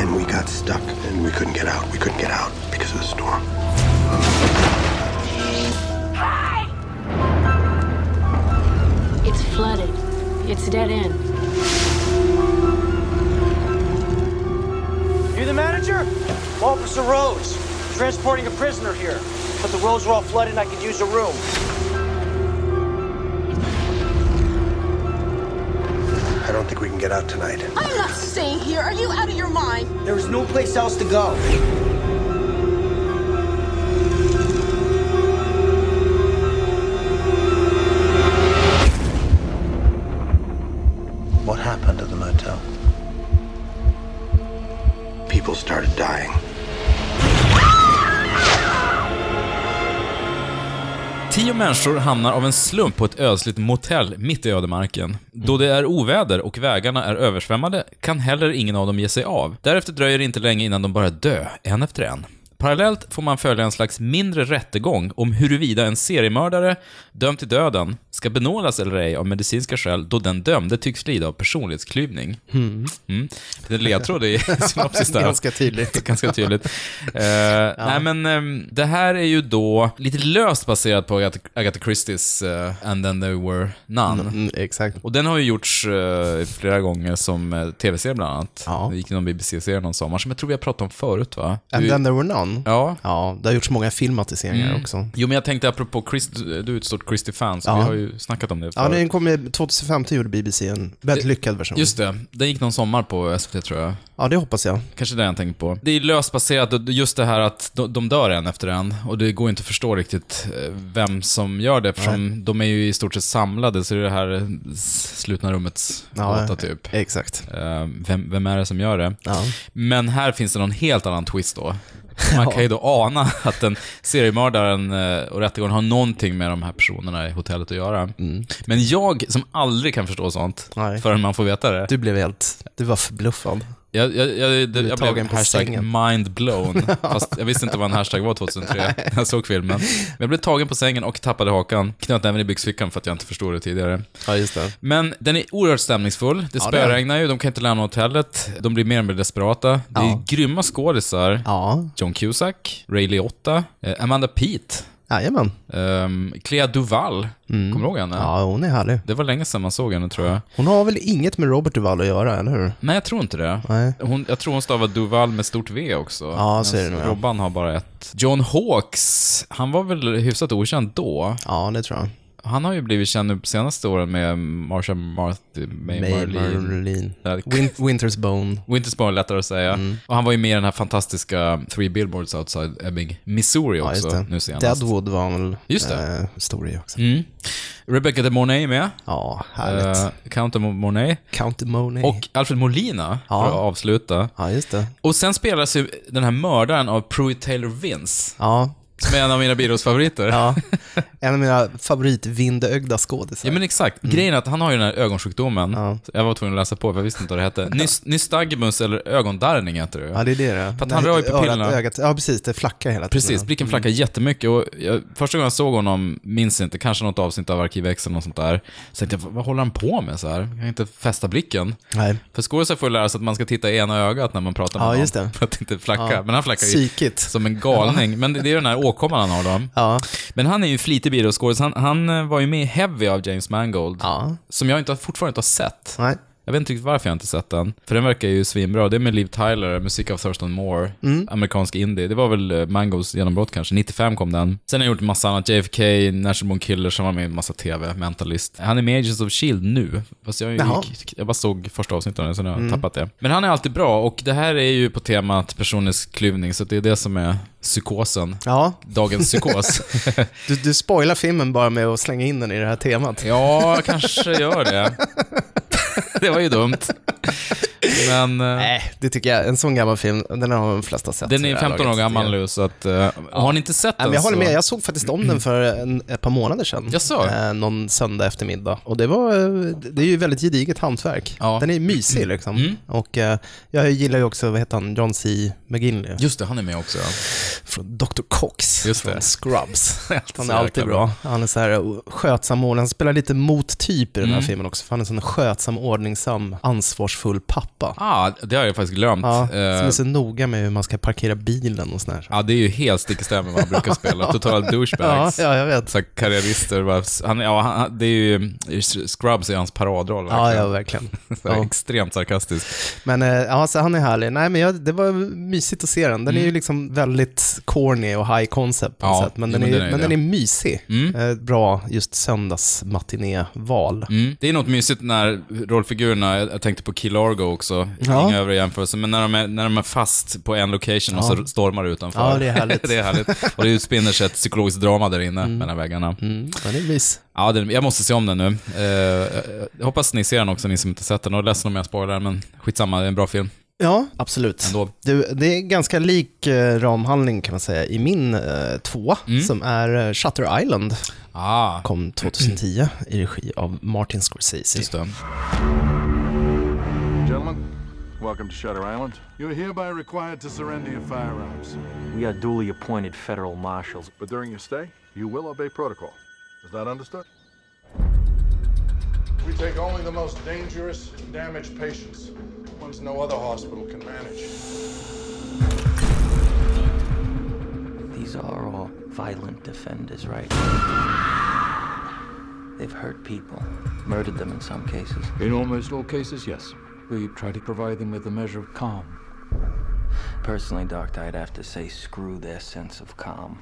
Speaker 12: And we got stuck and we couldn't get out. We couldn't get out because of the storm.
Speaker 14: It's flooded. It's dead end.
Speaker 13: You're the manager? Officer Rhodes. Transporting a prisoner here. But the roads were all flooded and I could use a room.
Speaker 12: I don't think we can get out tonight.
Speaker 15: I'm not staying here. Are you out of your mind?
Speaker 13: There was no place else to go.
Speaker 12: What happened to the motel? People started dying.
Speaker 2: Tio människor hamnar av en slump på ett ödsligt motell mitt i ödemarken. Då det är oväder och vägarna är översvämmade kan heller ingen av dem ge sig av. Därefter dröjer det inte länge innan de börjar dö, en efter en. Parallellt får man följa en slags mindre rättegång om huruvida en seriemördare, dömd till döden, ska benådas eller ej av medicinska skäl då den dömde tycks lida av personlighetsklyvning.
Speaker 1: Mm.
Speaker 2: Mm. Det är en ledtråd i synopsis där.
Speaker 1: Ganska tydligt.
Speaker 2: Ganska tydligt. Eh, Nej, men ehm, det här är ju då lite löst baserat på Agatha, Agatha Christies eh, And then there were none.
Speaker 1: Mm. exakt.
Speaker 2: Och den har ju gjorts eh, flera gånger som eh, tv-serie bland annat. Det gick någon BBC-serie någon sommar som jag tror vi har pratat om förut, va?
Speaker 1: And
Speaker 2: Du-
Speaker 1: then there were none.
Speaker 2: Ja.
Speaker 1: ja. Det har gjorts många filmatiseringar
Speaker 2: Mm.
Speaker 1: också.
Speaker 2: Jo, men jag tänkte apropå Chris, du du är ett stort Christie-fan, så
Speaker 1: Ja.
Speaker 2: vi har ju snackat om det
Speaker 1: Ja,
Speaker 2: förut.
Speaker 1: den kom i 2015 gjorde BBC en väldigt lyckad version.
Speaker 2: Just det, den gick någon sommar på SVT tror jag.
Speaker 1: Ja, det hoppas jag.
Speaker 2: Kanske det jag tänkt på. Det är löst baserat, och just det här att de, de dör en efter en och det går inte att förstå riktigt eh, vem som gör det eftersom de är ju i stort sett samlade så det är det här eh, s- slutna rummets
Speaker 1: Ja,
Speaker 2: gåta typ.
Speaker 1: Exakt.
Speaker 2: vem, vem är det som gör det? Men här finns det någon helt annan twist då. Man kan ju då ana att den seriemördaren eh, och rättegången har någonting med de här personerna i hotellet att göra. Men jag som aldrig kan förstå sånt förrän man får veta det.
Speaker 1: Du blev helt... Du var förbluffad.
Speaker 2: Jag, jag, jag, det,
Speaker 1: är
Speaker 2: jag
Speaker 1: tagen
Speaker 2: blev
Speaker 1: på
Speaker 2: hashtag
Speaker 1: sängen.
Speaker 2: mindblown. Fast jag visste inte vad en hashtag var 2003 när jag såg filmen. Men jag blev tagen på sängen och tappade hakan. Knöt även i byxfickan för att jag inte förstod det tidigare.
Speaker 1: Ja, just det.
Speaker 2: Men den är oerhört stämningsfull. Det
Speaker 1: Ja, det är den.
Speaker 2: spöregnar ju, de kan inte lämna hotellet. De blir mer och mer desperata. Det är
Speaker 1: Ja.
Speaker 2: grymma skådisar. John Cusack, Ray Liotta, eh, Amanda Peet.
Speaker 1: Jajamän.
Speaker 2: Um, Clea Duval. Kommer du ihåg henne?
Speaker 1: Mm. Ja, hon är härlig.
Speaker 2: Det var länge sedan man såg henne tror jag.
Speaker 1: Hon har väl inget med Robert Duvall att göra, eller hur?
Speaker 2: Nej, jag tror inte det.
Speaker 1: Nej.
Speaker 2: Hon, jag tror hon stavar Duval med stort V också.
Speaker 1: Ja, så är det
Speaker 2: Medan
Speaker 1: nog, ja.
Speaker 2: Robban har bara ett. John Hawks, han var väl hyfsat okänd då?
Speaker 1: Ja, det tror jag.
Speaker 2: Han har ju blivit känd nu på senaste åren med Marsha Marthy, May,
Speaker 1: May
Speaker 2: Marlene.
Speaker 1: Marlene. Win- Winter's Bone.
Speaker 2: Winter's Bone, lättare att säga.
Speaker 1: Mm.
Speaker 2: Och han var ju med i den här fantastiska Three Billboards Outside Ebbing, Missouri
Speaker 1: Ja,
Speaker 2: också,
Speaker 1: just det.
Speaker 2: Alltså, nu senast.
Speaker 1: Deadwood var han väl
Speaker 2: Just det.
Speaker 1: eh, stor i också.
Speaker 2: Mm. Rebecca de Mornay är med.
Speaker 1: Ja, härligt.
Speaker 2: Count de Mornay.
Speaker 1: Count de Mornay.
Speaker 2: Eh, Och Alfred Molina, för att avsluta.
Speaker 1: Ja, just det.
Speaker 2: Och sen spelas ju den här mördaren av Pruitt Taylor Vince.
Speaker 1: Ja.
Speaker 2: Som är en av mina birollsfavoriter.
Speaker 1: Ja. En av mina favoritvindögda skådisar.
Speaker 2: Ja men exakt.
Speaker 1: Mm.
Speaker 2: Grejen är att han har ju den här ögonsjukdomen. Så Jag var tvungen att läsa på för jag visste inte vad det hette. Nys- Nystagmus eller ögondarrning heter det ju.
Speaker 1: Ja, det är det. det.
Speaker 2: För att han
Speaker 1: När
Speaker 2: rör ju på
Speaker 1: örat-
Speaker 2: pillerna.
Speaker 1: Ögat, ja, precis. Mm. Det flackar hela tiden.
Speaker 2: Precis, blicken flackar jättemycket. Och jag, första gången jag såg honom, minns inte, kanske något avsnitt av Arkiv X eller något sånt där. Så tänkte jag, "Vad- vad håller han på med så här? Jag kan inte fästa blicken.
Speaker 1: Nej.
Speaker 2: För skådisar får ju lära sig att man ska titta i ena ögat när man pratar med
Speaker 1: Ja,
Speaker 2: någon.
Speaker 1: just det.
Speaker 2: För att inte flacka.
Speaker 1: Ja.
Speaker 2: Men han flackar ju
Speaker 1: Psykigt.
Speaker 2: som en galning. Men det det är den här åkomman han har då. Men han är ju flitig biroskådis. Han, han eh, var ju med i Heavy av James Mangold. Som jag inte, fortfarande inte har sett. Jag vet inte riktigt varför jag inte sett den. För den verkar ju svinbra. Det är med Liv Tyler, musik av Thurston Moore,
Speaker 1: Mm.
Speaker 2: amerikansk indie. Det var väl eh, Mangos genombrott kanske. 95 kom den. Sen har jag gjort massa annat. JFK, National Born Killer, som var med i massa TV, Mentalist. Han är med i Agents of Shield nu. Fast jag,
Speaker 1: Jaha.
Speaker 2: gick, jag bara såg första avsnittet av den, så nu har jag
Speaker 1: Mm.
Speaker 2: tappat det. Men han är alltid bra och det här är ju på temat personens klyvning, så det är det som är psykosen.
Speaker 1: Ja.
Speaker 2: Dagens psykos.
Speaker 1: Du, du spoilar filmen bara med att slänga in den i det här temat.
Speaker 2: Ja, jag kanske gör det. Det var ju dumt. Men... eh,
Speaker 1: Nej, det tycker jag. En sån gammal film, den har de flesta sett.
Speaker 2: Den
Speaker 1: i
Speaker 2: är
Speaker 1: det
Speaker 2: ju
Speaker 1: här
Speaker 2: 15 år
Speaker 1: laget.
Speaker 2: gammal
Speaker 1: Det-
Speaker 2: nu, så att... eh, Har ni inte sett
Speaker 1: Nej,
Speaker 2: den
Speaker 1: men jag håller
Speaker 2: så...
Speaker 1: med, jag såg faktiskt om den för en, ett par månader sedan.
Speaker 2: Jag såg.
Speaker 1: Eh, någon söndag eftermiddag. Och det, var, eh, det är ju väldigt gediget hantverk. Den är
Speaker 2: Mm.
Speaker 1: mysig liksom. Och eh, jag gillar ju också, vad heter han, John C. McGinley.
Speaker 2: Just det, han är med också.
Speaker 1: Från Dr. Cox. Just
Speaker 2: det.
Speaker 1: Scrubs. Han är
Speaker 2: så
Speaker 1: alltid
Speaker 2: jäkla
Speaker 1: bra. Han är så här oh, skötsam och han spelar lite mot typ i den här
Speaker 2: Mm.
Speaker 1: filmen också. För han är en sån skötsam, ordningsam, ansvarsfull pappa.
Speaker 2: Ja, ah, det har jag faktiskt glömt.
Speaker 1: Ja,
Speaker 2: Eh,
Speaker 1: som är så noga med hur man ska parkera bilen och sådär.
Speaker 2: Ja, det är ju helt stick i stäv med vad han brukar spela. Totala douchebags.
Speaker 1: Ja, ja, jag vet.
Speaker 2: Så här, karriärister. bara- Han, ja, han, det är ju, Scrubs är hans paradroll.
Speaker 1: Ja, ja, verkligen.
Speaker 2: Så här,
Speaker 1: Ja.
Speaker 2: Extremt sarkastisk.
Speaker 1: Men eh, ja, så han är härlig. Nej, men jag, det var mysigt att se den. Den är ju liksom väldigt corny och high concept på något
Speaker 2: Mm. Ja,
Speaker 1: sätt. Men,
Speaker 2: jo,
Speaker 1: den,
Speaker 2: men
Speaker 1: är,
Speaker 2: den är
Speaker 1: men
Speaker 2: det.
Speaker 1: den är mysig. Eh, bra just söndagsmatinéval.
Speaker 2: Mm. Det är något mysigt när rollfigurerna, jag jag tänkte på Kill Argo också,
Speaker 1: Ja.
Speaker 2: inga övriga jämförelser, men när de, är, när de är fast på en location och
Speaker 1: Ja.
Speaker 2: så stormar det utanför.
Speaker 1: Ja, det är härligt. Mm.
Speaker 2: det är härligt. Och det utspinner sig ett psykologiskt drama där inne mellan väggarna.
Speaker 1: Ja, det är mys.
Speaker 2: Ja, den, jag måste se om den nu. Eh, jag- jag hoppas ni ser den också, ni som inte sett den. Och är ledsen om jag spoilar, men skitsamma, det är en bra film.
Speaker 1: Ja, absolut. Du, det är ganska lik eh, ramhandling kan man säga i min eh, tvåa,
Speaker 2: Mm.
Speaker 1: som är eh, Shutter Island.
Speaker 2: Ah.
Speaker 1: Kom 2010 i regi av Martin Scorsese. Just
Speaker 2: det.
Speaker 16: Gentlemen, welcome to Shutter Island. You are hereby required to surrender your firearms.
Speaker 17: We are duly appointed federal marshals.
Speaker 16: But during your stay, you will obey protocol. Is that understood? We take only the most dangerous and damaged patients, ones no other hospital can manage.
Speaker 17: These are all violent offenders, right? They've hurt people, murdered them in some cases.
Speaker 9: In almost all cases, yes. We try to provide them with a measure of calm.
Speaker 17: Personally, Doctor, I'd have to say screw their sense of calm.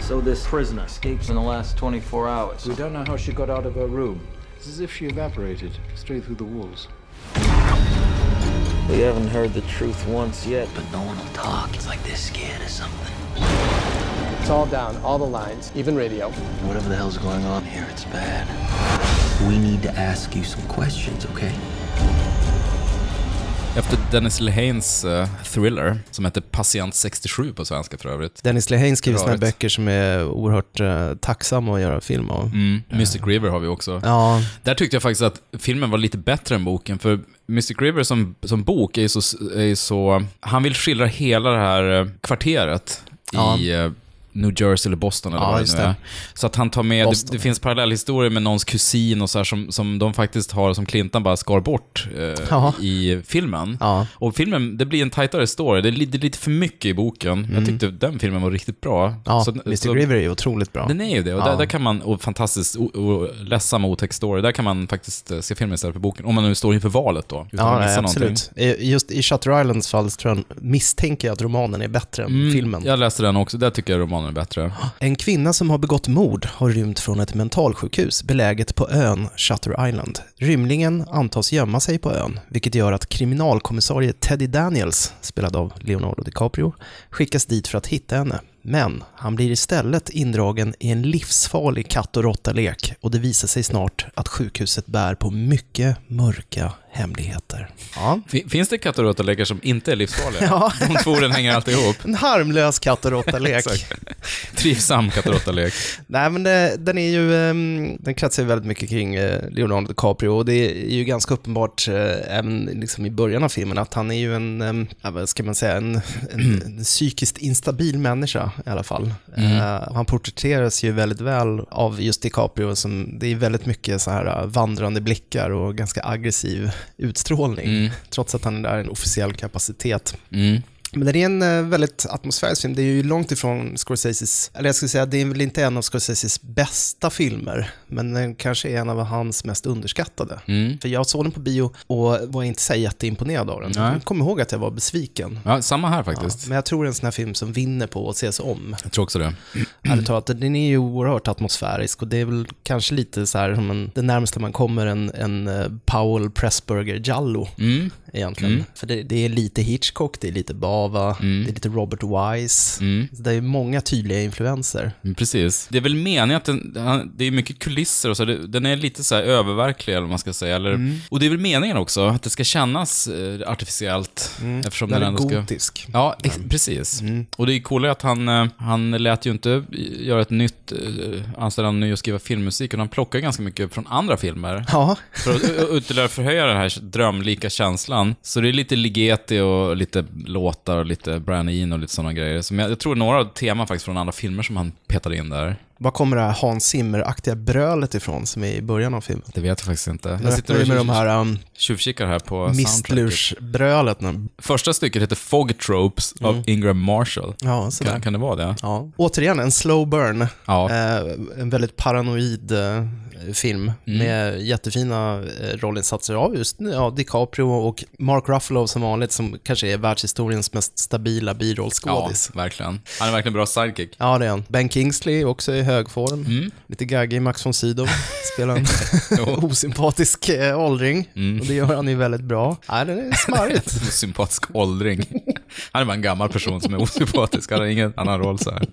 Speaker 17: So this prisoner escapes in the last 24 hours.
Speaker 9: We don't know how she got out of her room. It's as if she evaporated straight through the walls.
Speaker 17: We haven't heard the truth once yet. But no one will talk. It's like they're scared of something.
Speaker 18: It's all down, all the lines, even radio.
Speaker 17: Whatever the hell's going on here, it's bad. We need to ask you some questions, okay?
Speaker 2: Efter Dennis Lehanes eh, thriller, som heter Patient 67 på svenska för övrigt.
Speaker 1: Dennis Lehane skriver såna här
Speaker 2: Rörigt.
Speaker 1: böcker som är oerhört eh, tacksamma att göra film av.
Speaker 2: Mm. Mystic River har vi också.
Speaker 1: Ja.
Speaker 2: Där tyckte jag faktiskt att filmen var lite bättre än boken, för Mystic River som, som bok är ju så, är ju så... Han vill skildra hela det här eh, kvarteret
Speaker 1: Ja.
Speaker 2: i eh, New Jersey eller Boston eller
Speaker 1: Ja,
Speaker 2: vad
Speaker 1: just
Speaker 2: det nu är.
Speaker 1: det.
Speaker 2: Så att han tar med,
Speaker 1: Boston.
Speaker 2: det, det finns parallellhistorier med någons kusin och så här som, som de faktiskt har, som Clintan bara skar bort eh,
Speaker 1: Ja.
Speaker 2: i filmen. Och filmen, det blir en tajtare story. Det är li- det är lite för mycket i boken. Jag
Speaker 1: Mm.
Speaker 2: tyckte den filmen var riktigt bra.
Speaker 1: Ja,
Speaker 2: Så-
Speaker 1: Mr.
Speaker 2: så-
Speaker 1: Griever är ju otroligt bra.
Speaker 2: Den är ju det, och
Speaker 1: Ja.
Speaker 2: där, där kan man, och fantastiskt o- o- ledsam och otäck story, där kan man faktiskt eh, se filmen istället för boken. Om man nu står inför valet då, utan
Speaker 1: Ja,
Speaker 2: att
Speaker 1: nej,
Speaker 2: missa
Speaker 1: absolut.
Speaker 2: någonting.
Speaker 1: Eh, Just i Shutter Islands fall så tror jag, misstänker jag att romanen är bättre än
Speaker 2: Mm,
Speaker 1: filmen.
Speaker 2: Jag läste den också, där tycker jag romanen är bättre.
Speaker 1: En kvinna som har begått mord har rymt från ett mentalsjukhus beläget på ön Shutter Island. Rymlingen antas gömma sig på ön, vilket gör att kriminalkommissarie Teddy Daniels, spelad av Leonardo DiCaprio, skickas dit för att hitta henne. Men han blir istället indragen i en livsfarlig katt och råttalek och det visar sig snart att sjukhuset bär på mycket mörka hemligheter.
Speaker 2: Fin- Finns det katt och råttalekar som inte är livsfarliga?
Speaker 1: Ja.
Speaker 2: De två orden hänger alltid ihop.
Speaker 1: En harmlös katt och råttalek.
Speaker 2: Exakt. Trivsam katt och råttalek.
Speaker 1: Nej, men det, den är ju, ehm, den kretsar ju väldigt mycket kring eh, Leonardo DiCaprio och det är ju ganska uppenbart eh, även liksom i början av filmen att han är ju en, ehm, ja, vad ska man säga, en, en, en psykiskt instabil människa i alla fall.
Speaker 2: Mm.
Speaker 1: Eh, och han porträtteras ju väldigt väl av just DiCaprio som, det är väldigt mycket så här eh, vandrande blickar och ganska aggressiv utstrålning, trots att han är där i en officiell kapacitet.
Speaker 2: Mm.
Speaker 1: Men det är en eh, väldigt atmosfärisk film. Det är ju långt ifrån Scorseses, eller jag skulle säga det är väl inte en av Scorseses bästa filmer, men den kanske är en av hans mest underskattade.
Speaker 2: Mm.
Speaker 1: För jag såg den på bio och var inte så jätteimponerad av den.
Speaker 2: Nej.
Speaker 1: Jag kommer ihåg att jag var besviken.
Speaker 2: Ja, samma här faktiskt.
Speaker 1: Men jag tror det är en sån här film som vinner på att ses om.
Speaker 2: Jag tror också det.
Speaker 1: Ärligt talat, den är ju oerhört atmosfärisk och det är väl kanske lite så här som en, det närmaste man kommer en, en eh, Powell Pressburger Jallo
Speaker 2: Mm.
Speaker 1: egentligen.
Speaker 2: Mm.
Speaker 1: För det, det är lite Hitchcock, det är lite Bava, det är lite Robert Wise. Så det är många tydliga influenser.
Speaker 2: Mm, Precis. Det är väl meningen att den, han- det är mycket kulisser och så, det- den är lite så här öververklig eller vad man ska säga. Eller,
Speaker 1: Mm.
Speaker 2: Och det är väl meningen också, att det ska kännas eh, artificiellt.
Speaker 1: Mm.
Speaker 2: Eftersom
Speaker 1: Den
Speaker 2: den
Speaker 1: är
Speaker 2: ändå ska...
Speaker 1: gotisk.
Speaker 2: Ja, ex- precis.
Speaker 1: Mm.
Speaker 2: Och det är coolare att han, eh, han lät ju inte göra ett nytt, eh, anställa en ny och skriva filmmusik, utan han plockar ganska mycket från andra filmer.
Speaker 1: Ja.
Speaker 2: För att ö- ö- ytterligare förhöja den här drömlika känslan. Så det är lite Ligeti och lite låtar och lite Brian Eno och lite sådana grejer. Som jag, jag tror några teman faktiskt från andra filmer som han petade in där.
Speaker 1: Var kommer det här Hans Zimmer-aktiga brölet ifrån som är i början av filmen?
Speaker 2: Det vet jag faktiskt inte.
Speaker 1: Jag sitter med de här um,
Speaker 2: tjuvkikar här på soundtracket.
Speaker 1: mistlursbrölet. nu.
Speaker 2: Första stycket heter Fog Tropes av
Speaker 1: Mm.
Speaker 2: Ingram Marshall.
Speaker 1: Ja, sådär.
Speaker 2: kan, kan det vara det?
Speaker 1: Ja. Återigen, en slow burn.
Speaker 2: Ja. Mm.
Speaker 1: Eh, en väldigt paranoid eh, film med jättefina eh, rollinsatser av just ja, DiCaprio och Mark Ruffalo som vanligt, som kanske är världshistoriens mest stabila
Speaker 2: Ja,
Speaker 1: birollskådis.
Speaker 2: verkligen. Han är verkligen bra sidekick.
Speaker 1: Ja. det är han. Ben Kingsley också i hög form.
Speaker 2: Mm.
Speaker 1: Lite gaggig, Max von Sydow spelar en osympatisk eh, åldring.
Speaker 2: Mm.
Speaker 1: Och det gör han ju väldigt bra. Nej, det är smarrigt.
Speaker 2: Osympatisk åldring. Han är bara en gammal person som är osympatisk. Han har ingen annan roll så här.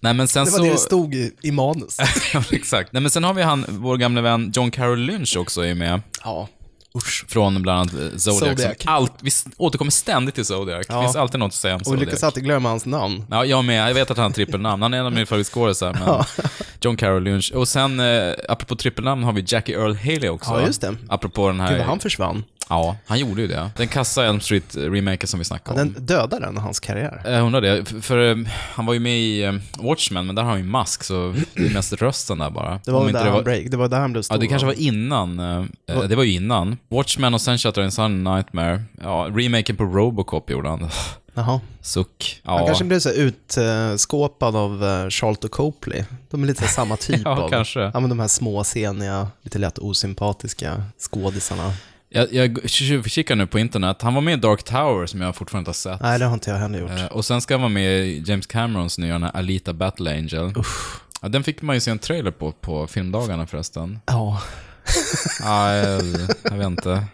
Speaker 2: Nej, men sen
Speaker 1: det var
Speaker 2: så...
Speaker 1: det det stod i, i manus.
Speaker 2: Ja, Exakt. Nej, men sen har vi han, vår gamle vän John Carroll Lynch också är med.
Speaker 1: Ja. Usch.
Speaker 2: Från bland annat eh, Zodiac.
Speaker 1: Zodiac.
Speaker 2: Som allt, vi s- återkommer ständigt till Zodiac.
Speaker 1: Ja.
Speaker 2: Det finns alltid något att säga om
Speaker 1: Och vi
Speaker 2: Zodiac.
Speaker 1: lyckas alltid glömma hans namn.
Speaker 2: Ja, jag med. Jag vet att han har trippelnamn. Han är en av mina favoritskådisar. men John Carroll Lynch. Och sen, eh, apropå trippelnamn, har vi Jackie Earl Haley också.
Speaker 1: Ja, just det.
Speaker 2: Apropå den här...
Speaker 1: Gud, vad han försvann.
Speaker 2: Ja, han gjorde ju det. Den kassa Elm Street-remaken som vi
Speaker 1: Ja,
Speaker 2: snackade om.
Speaker 1: den dödade den hans karriär.
Speaker 2: Jag undrar det, för, för eh, han var ju med i eh, Watchmen, men där har han ju mask, så det är mest rösten där bara.
Speaker 1: Det var,
Speaker 2: Om
Speaker 1: väl
Speaker 2: inte
Speaker 1: där han break, det var där han blev stor.
Speaker 2: Ja, det kanske
Speaker 1: va?
Speaker 2: var innan. eh, eh, Det var ju innan. Watchmen och sen Shutter and Sun Nightmare. Ja, remaken på Robocop gjorde han.
Speaker 1: Jaha.
Speaker 2: Suck.
Speaker 1: Han
Speaker 2: Ja,
Speaker 1: kanske blev så utskåpad av eh, Charlton Copley. De är lite samma typ
Speaker 2: Ja,
Speaker 1: av...
Speaker 2: kanske.
Speaker 1: Ja, men de här små, seniga, lite lätt osympatiska skådisarna.
Speaker 2: jag, jag tjuvkikar nu på internet. Han var med i Dark Tower, som jag fortfarande inte har sett.
Speaker 1: Nej, det har inte jag heller gjort.
Speaker 2: Eh, Och sen ska han vara med i James Camerons nya den här Alita Battle Angel. Ja, den fick man ju se en trailer på, på filmdagarna förresten.
Speaker 1: Ja.
Speaker 2: Ja, jag, jag vet inte.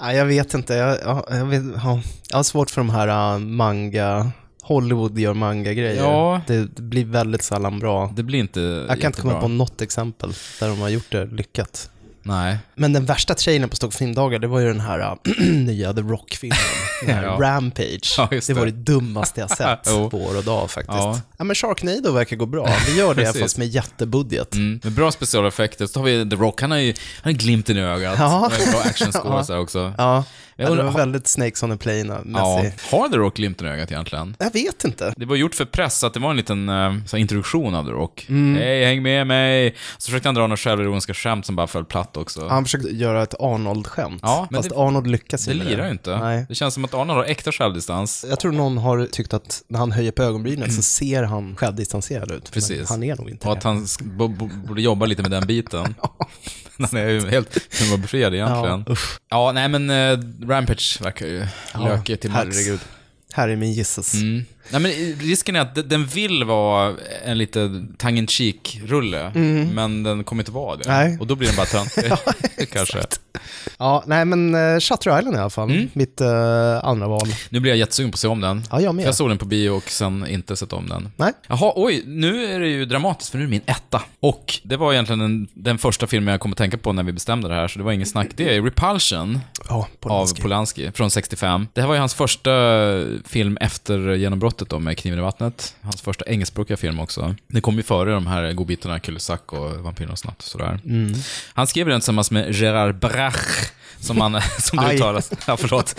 Speaker 1: Nej, jag vet inte. Jag, ja, jag, vet, ja. jag har svårt för de här eh, manga... Hollywood gör manga-grejer.
Speaker 2: Ja.
Speaker 1: Det, det blir väldigt sällan bra.
Speaker 2: Det blir inte
Speaker 1: jag kan inte komma
Speaker 2: jättebra.
Speaker 1: på något exempel där de har gjort det lyckat.
Speaker 2: Nej.
Speaker 1: Men den värsta trailern på Stockholmsfilmdagar, det var ju den här äh, nya The eh, Rock-filmen.
Speaker 2: Ja.
Speaker 1: Rampage.
Speaker 2: Ja, just
Speaker 1: det. var
Speaker 2: det.
Speaker 1: det dummaste jag sett
Speaker 2: Jo.
Speaker 1: på år och dag faktiskt.
Speaker 2: Ja.
Speaker 1: Ja. men Sharknado verkar gå bra. Vi gör det
Speaker 2: Precis.
Speaker 1: fast med jättebudget.
Speaker 2: Mm. Med bra specialeffekter. Så har vi The Rock, han har ju han har glimten i ögat.
Speaker 1: Ja.
Speaker 2: Och en bra actionscores
Speaker 1: Ja.
Speaker 2: här också.
Speaker 1: Ja,
Speaker 2: Jag
Speaker 1: ja det
Speaker 2: undrar-
Speaker 1: var väldigt Snakes on a
Speaker 2: Ja.
Speaker 1: Plane-mässig.
Speaker 2: Har The Rock glimten i ögat egentligen?
Speaker 1: Jag vet inte.
Speaker 2: Det var gjort för press, så att det var en liten eh, så här, introduktion av The Rock.
Speaker 1: Mm.
Speaker 2: Hej, häng med mig! Så försökte han dra några självironiska skämt som bara föll platt också.
Speaker 1: Han försökte göra ett Arnold-skämt,
Speaker 2: Ja, men
Speaker 1: fast
Speaker 2: det-
Speaker 1: Arnold lyckas
Speaker 2: det
Speaker 1: med
Speaker 2: lirar ju inte.
Speaker 1: Nej.
Speaker 2: Det känns som att Arnold har äkta självdistans.
Speaker 1: Jag tror någon har tyckt att när han höjer på ögonbrynen så ser han självdistanserad ut. men
Speaker 2: Mm. Precis.
Speaker 1: Han är nog inte
Speaker 2: Och att han sk- bo- bo- borde jobba lite med den biten. Men Han är ju helt humorbefriad egentligen.
Speaker 1: Ja,
Speaker 2: Ja, nej men eh, Rampage verkar ju lökig till max.
Speaker 1: herregud. Här är min gissas.
Speaker 2: Mm. Nej, men eh, risken är att de- den vill vara en lite tang cheek rulle
Speaker 1: Mm.
Speaker 2: men den kommer inte vara det.
Speaker 1: Nej.
Speaker 2: Och då blir den bara töntig, kanske. Mm.
Speaker 1: Ja, nej men uh, Shutter Island i alla fall, mitt eh, andra val.
Speaker 2: Nu blir jag jättesugen på att se om den.
Speaker 1: Ja, jag med.
Speaker 2: För jag såg den på bio och sen inte sett om den.
Speaker 1: Nej.
Speaker 2: Jaha, oj, nu är det ju dramatiskt för nu är det min etta. Och det var egentligen den, den första filmen jag kom att tänka på när vi bestämde det här, så det var ingen snack. Det är Repulsion
Speaker 1: Ja,
Speaker 2: av Polanski från 65. Det här var ju hans första film efter genombrottet då med Kniven i vattnet. Hans första engelskspråkiga film också. Det kom ju före de här godbitarna Kulisak och Vampyren och snatt och sådär.
Speaker 1: Mm.
Speaker 2: Han skrev den tillsammans med Gerard Brach, som, han, som det
Speaker 1: Aj.
Speaker 2: uttalas. Ja, förlåt.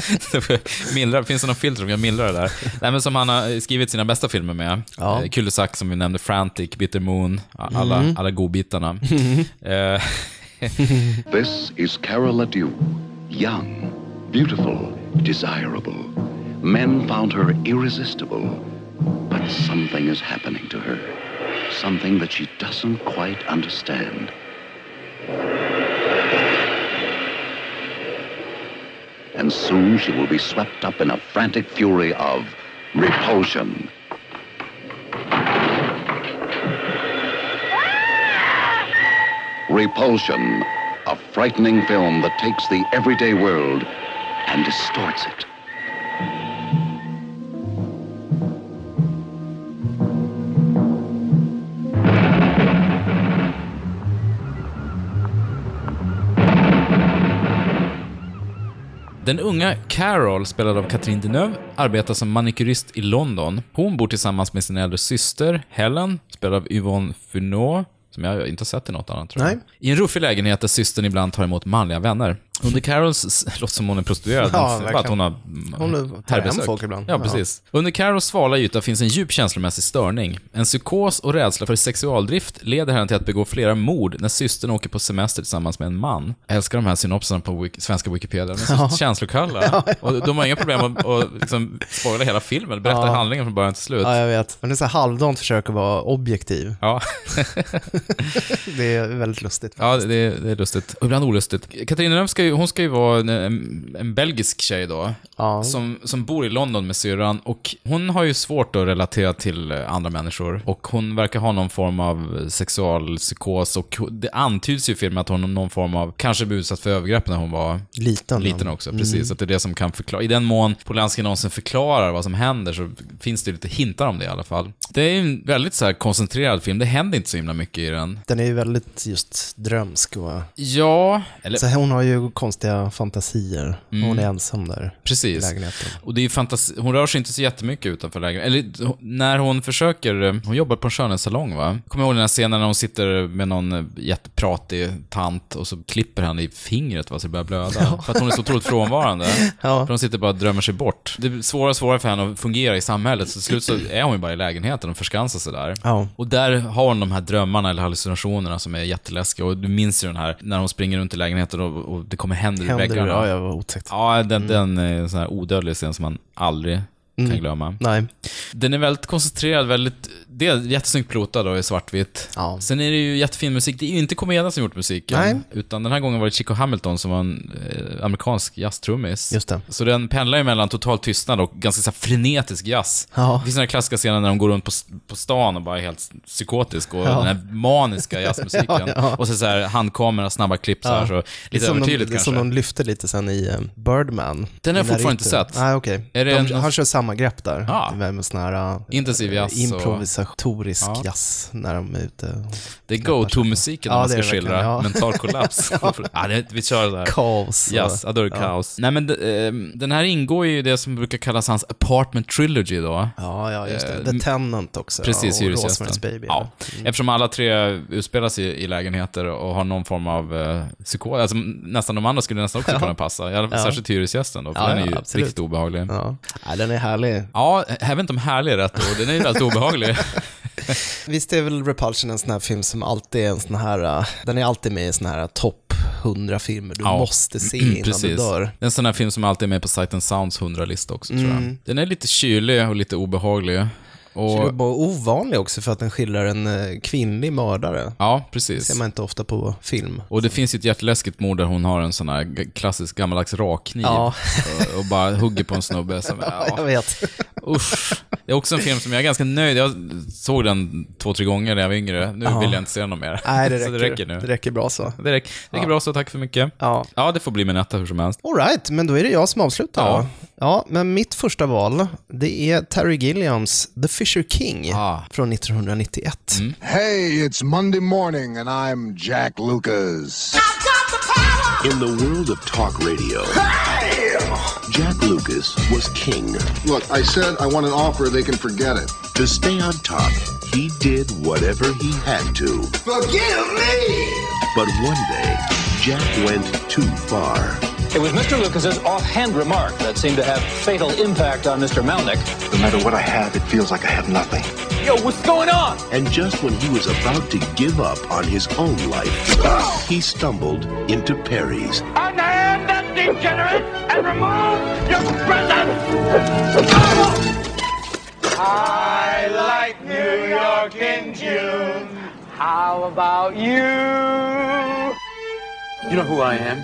Speaker 2: Mildra, finns det någon filter som kan mildra det där? Nej, men som han har skrivit sina bästa filmer med.
Speaker 1: Ja.
Speaker 2: Eh, Kulisak som vi nämnde, Frantic, Bitter Moon, a- alla,
Speaker 19: Mm.
Speaker 2: alla godbitarna. Eh,
Speaker 19: This is Carol Ledoux, young, beautiful, desirable. Men found her irresistible, but something is happening to her. Something that she doesn't quite understand. And soon she will be swept up in a frantic fury of repulsion. Repulsion, a frightening film that takes the everyday world and distorts it.
Speaker 2: Den unga Carol, spelad av Catherine Deneuve, arbetar som manikyrist i London. Hon bor tillsammans med sin äldre syster Helen, spelad av Yvonne Funot, som jag inte har sett i något annat tror jag.
Speaker 1: Nej.
Speaker 2: I en ruffig lägenhet där systern ibland tar emot manliga vänner. Under Carols, låter som hon är prostituerad,
Speaker 1: Ja,
Speaker 2: men bara att
Speaker 1: verkligen.
Speaker 2: hon har
Speaker 1: Hon tar hem
Speaker 2: herrbesök.
Speaker 1: folk ibland.
Speaker 2: Ja, precis. Under Carols svala yta finns en djup känslomässig störning. En psykos och rädsla för sexualdrift leder henne till att begå flera mord när systern åker på semester tillsammans med en man. Jag älskar de här synopserna på wik- svenska Wikipedia. De är så
Speaker 1: Ja.
Speaker 2: känslokalla. Och de har inga problem att, att liksom spoila hela filmen, berätta
Speaker 1: Ja.
Speaker 2: handlingen från början till slut.
Speaker 1: Ja, jag vet. Men det är så här halvdant försöker vara objektiv.
Speaker 2: Ja.
Speaker 1: det är väldigt lustigt.
Speaker 2: Ja, det, det det är lustigt. Och ibland olustigt. Katarina Lööf ska ju, hon ska ju vara en, en, en belgisk tjej då, som, som bor i London med syrran. Och hon har ju svårt att relatera till eh, andra människor. Och hon verkar ha någon form av eh, sexualpsykos. Och ho- det antyds ju i filmen att hon har någon form av, kanske blev utsatt för övergrepp när hon var
Speaker 1: Liten.
Speaker 2: liten också.
Speaker 1: Mm.
Speaker 2: Precis, att det är det som kan förklara. I den mån Polanski någonsin förklarar vad som händer så finns det ju lite hintar om det i alla fall. Det är ju en väldigt så här koncentrerad film. Det händer inte så himla mycket i den.
Speaker 1: Den är ju väldigt just drömsk och...
Speaker 2: Ja, eller...
Speaker 1: Så här, hon har ju konstiga fantasier.
Speaker 2: Mm.
Speaker 1: Hon är ensam där
Speaker 2: Precis.
Speaker 1: i lägenheten.
Speaker 2: Och det är ju fantasi- hon rör sig inte så jättemycket utanför lägenheten. Eller hon- när hon försöker, eh, hon jobbar på en skönhetssalong va? Kommer jag ihåg den här scenen när hon sitter med någon eh, jättepratig tant och så klipper han i fingret va, så det börjar blöda. För att hon är så otroligt frånvarande. För hon sitter bara och drömmer sig bort. Det blir svårare och svårare för henne att fungera i samhället. Så till slut så är hon ju bara i lägenheten och förskansar sig där.
Speaker 1: Ja.
Speaker 2: Och där har hon de här drömmarna eller hallucinationerna som är jätteläskiga. Och du minns ju den här när hon springer runt i lägenheten och, och det kommer händer,
Speaker 1: Händer
Speaker 2: i
Speaker 1: i-
Speaker 2: väggarna.
Speaker 1: ja, ja, vad otäckt.
Speaker 2: Ja, den, den är en sån här odödlig scen som man aldrig kan
Speaker 1: Mm.
Speaker 2: glömma.
Speaker 1: Nej.
Speaker 2: Den är väldigt koncentrerad, väldigt, det är jättesnyggt plotad och i svartvitt. Sen är det ju jättefin musik. Det är ju inte Komeda som gjort musiken,
Speaker 1: Nej.
Speaker 2: utan den här gången var det Chico Hamilton som var en eh, amerikansk jazztrummis.
Speaker 1: Just det.
Speaker 2: Så den pendlar ju mellan total tystnad och ganska så här frenetisk jazz.
Speaker 1: Ja.
Speaker 2: Det finns några klassiska scener när de går runt på, på stan och bara är helt psykotisk och
Speaker 1: Ja.
Speaker 2: den här maniska jazzmusiken.
Speaker 1: Ja, ja.
Speaker 2: Och så, så här handkamera, snabba klipp så här,
Speaker 1: Ja.
Speaker 2: så
Speaker 1: Det är
Speaker 2: lite
Speaker 1: som de,
Speaker 2: övertydligt
Speaker 1: det är
Speaker 2: kanske.
Speaker 1: som de lyfte lite sen i eh, Birdman.
Speaker 2: Den har jag
Speaker 1: När
Speaker 2: fortfarande
Speaker 1: det-
Speaker 2: inte sett.
Speaker 1: Nej, okej.
Speaker 2: Är det
Speaker 1: De-
Speaker 2: en-
Speaker 1: Han kör samma grepp där.
Speaker 2: Ja.
Speaker 1: Med, med sån här eh,
Speaker 2: Intensiv jazz och-
Speaker 1: improvisatorisk
Speaker 2: Ja.
Speaker 1: jazz när de är ute.
Speaker 2: Det är go-to-musiken när
Speaker 1: Ja,
Speaker 2: man
Speaker 1: det är
Speaker 2: ska
Speaker 1: det verkligen,
Speaker 2: skildra
Speaker 1: ja.
Speaker 2: mental kollaps. ja. det, vi kör det här.
Speaker 1: Kaos.
Speaker 2: Yes, ja, då är det
Speaker 1: Ja.
Speaker 2: kaos. Nej, men eh, den här ingår ju i det som brukar kallas hans apartment trilogy då.
Speaker 1: Ja, ja, just det.
Speaker 2: Eh,
Speaker 1: The Tenant också.
Speaker 2: Precis,
Speaker 1: ja, och
Speaker 2: Hyresgästen.
Speaker 1: Rosemary's Baby. Mm.
Speaker 2: Ja. Eftersom alla tre utspelas i, i lägenheter och har någon form av eh, psykos. Alltså, nästan de andra skulle nästan också
Speaker 1: Ja.
Speaker 2: kunna passa. I alla, fall
Speaker 1: Ja.
Speaker 2: Särskilt Hyresgästen då, för
Speaker 1: Ja,
Speaker 2: den är
Speaker 1: ja,
Speaker 2: ju
Speaker 1: absolut.
Speaker 2: riktigt obehaglig.
Speaker 1: Ja. den är härlig.
Speaker 2: Ja, jag vet inte om härlig är rätt ord. Den är ju väldigt obehaglig.
Speaker 1: Visst är väl Repulsion en sån här film som alltid är en sån här, eh, den är alltid med i sån här topp 100 filmer du
Speaker 2: Ja. Mm,
Speaker 1: måste se innan du
Speaker 2: Precis.
Speaker 1: dör.
Speaker 2: Det är en sån här film som alltid är med på Sight and Sounds 100-lista också, tror
Speaker 1: Mm.
Speaker 2: jag. Den är lite kylig och lite obehaglig.
Speaker 1: Och...
Speaker 2: Och,
Speaker 1: Ovanlig också för att den skildrar en eh, kvinnlig mördare.
Speaker 2: ja,
Speaker 1: Det
Speaker 2: precis.
Speaker 1: ser man inte ofta på film.
Speaker 2: Och det finns ju ett jätteläskigt mord där hon har en sån här g- klassisk gammaldags rakkniv
Speaker 1: Ja.
Speaker 2: och, och bara hugger på en snubbe. Som, ja.
Speaker 1: Jag vet.
Speaker 2: Usch. Det är också en film som jag är ganska nöjd Jag såg den två, tre gånger när jag var yngre. Nu
Speaker 1: Ja.
Speaker 2: vill jag inte se den någon mer.
Speaker 1: Nej, det räcker.
Speaker 2: Så det räcker nu.
Speaker 1: Det räcker bra så.
Speaker 2: Det räcker, det räcker
Speaker 1: Ja.
Speaker 2: bra så, tack för mycket.
Speaker 1: Ja.
Speaker 2: ja, det får bli min etta hur som helst.
Speaker 1: All right, men då är det jag som avslutar.
Speaker 2: Ja.
Speaker 1: Ja. ja, men mitt första val, det är Terry Gilliams The Fisher King från 1991.
Speaker 20: Hey, it's Monday morning, and I'm Jack Lucas.
Speaker 19: In the world of talk radio, Jack Lucas was king.
Speaker 20: Look, I said I want an offer, they can forget it.
Speaker 19: To stay on top, he did whatever he had to.
Speaker 20: Forgive me!
Speaker 19: But one day, Jack went too far.
Speaker 13: It was Mr. Lucas's offhand remark that seemed to have fatal impact on Mr. Melnick.
Speaker 19: No matter what I have, it feels like I have nothing.
Speaker 13: Yo, what's going on?
Speaker 19: And just when he was about to give up on his own life, he stumbled into Perry's.
Speaker 13: Unhand that degenerate and remove your I like New York in June. How about you?
Speaker 9: You know who I am?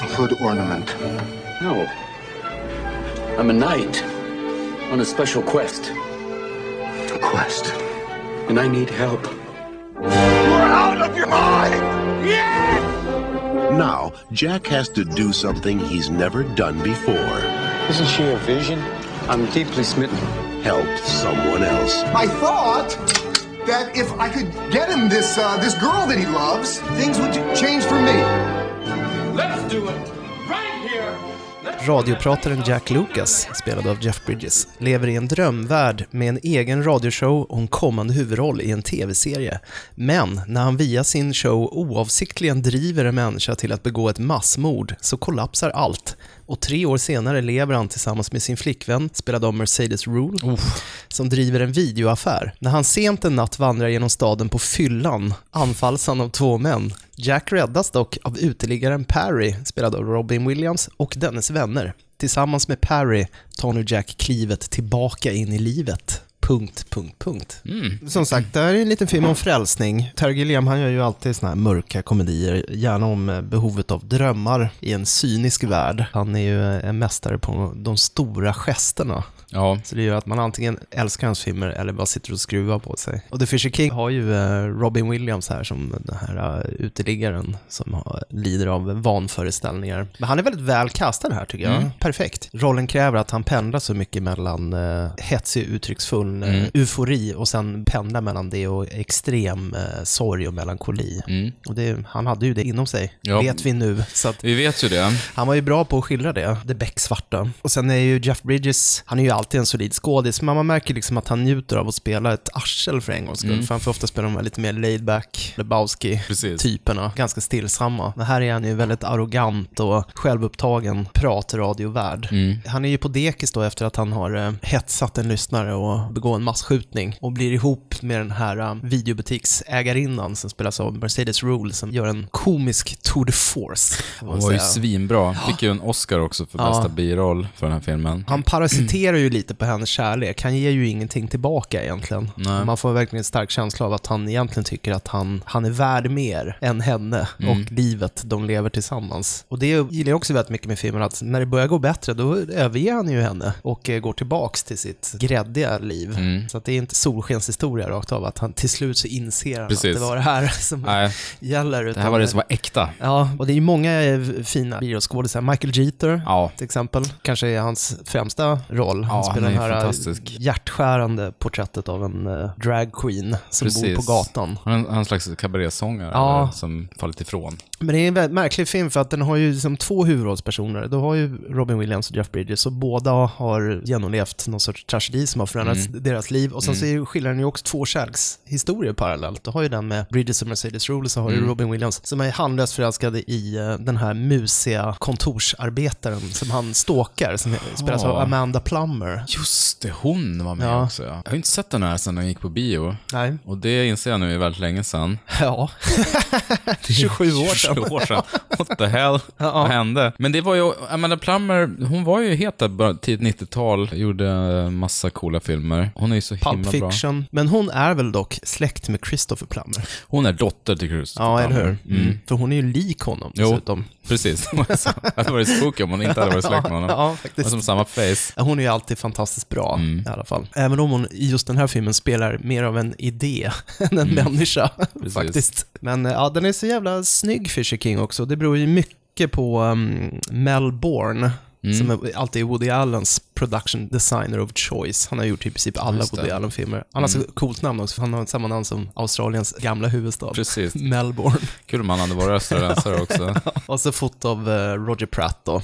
Speaker 20: A hood ornament.
Speaker 9: No. I'm a knight on a special quest. A quest? And I need help.
Speaker 13: You're out of your mind!
Speaker 19: Now, Jack has to do something he's never done before. Isn't she a vision? I'm deeply smitten. Help someone else.
Speaker 20: I thought that if I could get him this uh, this girl that he loves, things would change for me.
Speaker 13: Let's do it right here.
Speaker 1: Radioprataren Jack Lucas, spelad av Jeff Bridges, lever i en drömvärld med en egen radioshow och en kommande huvudroll i en tv-serie. Men när han via sin show oavsiktligen driver en människa till att begå ett massmord så kollapsar allt. Och tre år senare lever han tillsammans med sin flickvän, spelad av Mercedes Rule, som driver en videoaffär. När han sent en natt vandrar genom staden på fyllan anfalls han av två män. Jack räddas dock av uteliggaren Parry, spelad av Robin Williams, och dennes vänner. Tillsammans med Parry tar nu Jack klivet tillbaka in i livet. Punkt, punkt, punkt. Som sagt, det här är en liten film om frälsning. Terry Gilliam, han gör ju alltid såna här mörka komedier, gärna om eh, behovet av drömmar i en cynisk värld. Han är ju eh, en mästare på de stora gesterna.
Speaker 2: Ja.
Speaker 1: Så det gör att man antingen älskar hans filmer eller bara sitter och skruvar på sig. Och The Fisher King har ju eh, Robin Williams här som den här eh, uteliggaren som har, lider av vanföreställningar. Men han är väldigt väl kastad här tycker jag.
Speaker 2: Mm.
Speaker 1: Perfekt. Rollen kräver att han pendlar så mycket mellan eh, hetsig, uttrycksfull eh,
Speaker 2: Mm.
Speaker 1: eufori och sen pendlar mellan det och extrem eh, sorg och melankoli. Och det, han hade ju det inom sig,
Speaker 2: Mm. Ja.
Speaker 1: vet vi nu. Så att,
Speaker 2: Vi vet ju det.
Speaker 1: han var ju bra på att skildra det, det becksvarta. Och sen är ju Jeff Bridges, han är ju alltid en solid skådis, men man märker liksom att han njuter av att spela ett arsel för en gångs skull.
Speaker 2: Mm.
Speaker 1: För han får ofta spela de här lite mer laid-back, Lebowski-typerna, ganska stillsamma. Men här är han ju väldigt arrogant och självupptagen pratradiovärd.
Speaker 2: Mm.
Speaker 1: Han är ju på dekis då efter att han har eh, hetsat en lyssnare och begått en massskjutning och blir ihop med den här eh, videobutiksägarinnan som spelas av Mercedes Rule som gör en komisk tour de force. kan man
Speaker 2: Hon var ju
Speaker 1: säga.
Speaker 2: svinbra. Fick ju en Oscar också för
Speaker 1: Ja.
Speaker 2: bästa biroll för den här filmen.
Speaker 1: Han parasiterar ju lite på hennes kärlek. Han ger ju ingenting tillbaka egentligen.
Speaker 2: Nej.
Speaker 1: Man får verkligen en stark känsla av att han egentligen tycker att han, han är värd mer än henne
Speaker 2: Mm.
Speaker 1: och livet de lever tillsammans. Och det gillar jag också väldigt mycket med filmen, att när det börjar gå bättre, då överger han ju henne och eh, går tillbaks till sitt gräddiga liv.
Speaker 2: Mm.
Speaker 1: Så att det är inte solskenshistoria rakt av, att han till slut så inser han
Speaker 2: Precis.
Speaker 1: att det var det här som
Speaker 2: Nej.
Speaker 1: gäller.
Speaker 2: Det här var det som var äkta.
Speaker 1: Ja, och det är ju många eh, fina bioskådisar. Michael Jeter till exempel, kanske är hans främsta roll. han
Speaker 2: Ja,
Speaker 1: spelar
Speaker 2: han är
Speaker 1: det här eh,
Speaker 2: fantastisk.
Speaker 1: hjärtskärande porträttet av en eh, drag queen som bor på gatan.
Speaker 2: Han han är en slags kabarésångare
Speaker 1: Ja.
Speaker 2: eller, som fallit ifrån.
Speaker 1: Men det är en väldigt märklig film för att den har ju liksom två huvudrollspersoner. Du har ju Robin Williams och Jeff Bridges och båda har genomlevt någon sorts tragedi som har förändrat
Speaker 2: Mm.
Speaker 1: deras liv. Och sen
Speaker 2: Mm.
Speaker 1: så är ju skillnaden ju också två kärlekshistorier parallellt. Du har ju den med Bridges och Mercedes Rule och så har du
Speaker 2: Mm.
Speaker 1: Robin Williams som är handlöst förälskad i eh, den här musiga kontorsarbetaren som han stalkar som spelas av
Speaker 2: Ja.
Speaker 1: Amanda Plummer.
Speaker 2: Just det, hon var med
Speaker 1: Ja.
Speaker 2: också. Ja. Jag har ju inte sett den här sedan den gick på bio.
Speaker 1: Nej.
Speaker 2: Och det inser jag nu är väldigt länge sedan.
Speaker 1: Ja. 27 år sedan.
Speaker 2: 27 år sedan. What the hell?
Speaker 1: Ja.
Speaker 2: Vad hände? Men det var ju, Amanda Plummer, hon var ju het där bara tidigt 90-tal, gjorde eh, massa coola filmer. Hon är ju så
Speaker 1: Pulp
Speaker 2: himla bra.
Speaker 1: Fiction. Men hon är väl dock släkt med Christopher Plummer?
Speaker 2: Hon är dotter till Christopher
Speaker 1: Ja, eller
Speaker 2: Plummer.
Speaker 1: hur? Mm. För hon är ju lik honom
Speaker 2: Jo,
Speaker 1: dessutom.
Speaker 2: precis. Det hade varit spooky om hon inte hade varit släkt med honom.
Speaker 1: Ja, faktiskt.
Speaker 2: Och som samma face.
Speaker 1: Hon är ju alltid fantastiskt bra
Speaker 2: Mm.
Speaker 1: i alla fall. Även om hon i just den här filmen spelar mer av en idé än en människa
Speaker 2: Mm. Precis.
Speaker 1: faktiskt. Men eh, ja, den är så jävla snygg Fisher King också. Det beror ju mycket på um, Mel Bourne.
Speaker 2: Mm.
Speaker 1: Som är alltid är Woody Allens production designer of choice. Han har gjort typ i princip alla
Speaker 2: Just det.
Speaker 1: Woody Allen-filmer. Han har så
Speaker 2: Mm.
Speaker 1: coolt namn också, för han har samma namn som Australiens gamla huvudstad.
Speaker 2: Precis.
Speaker 1: Melbourne.
Speaker 2: Kul om han hade varit österrensare också.
Speaker 1: Och så fot av eh, Roger Pratt då.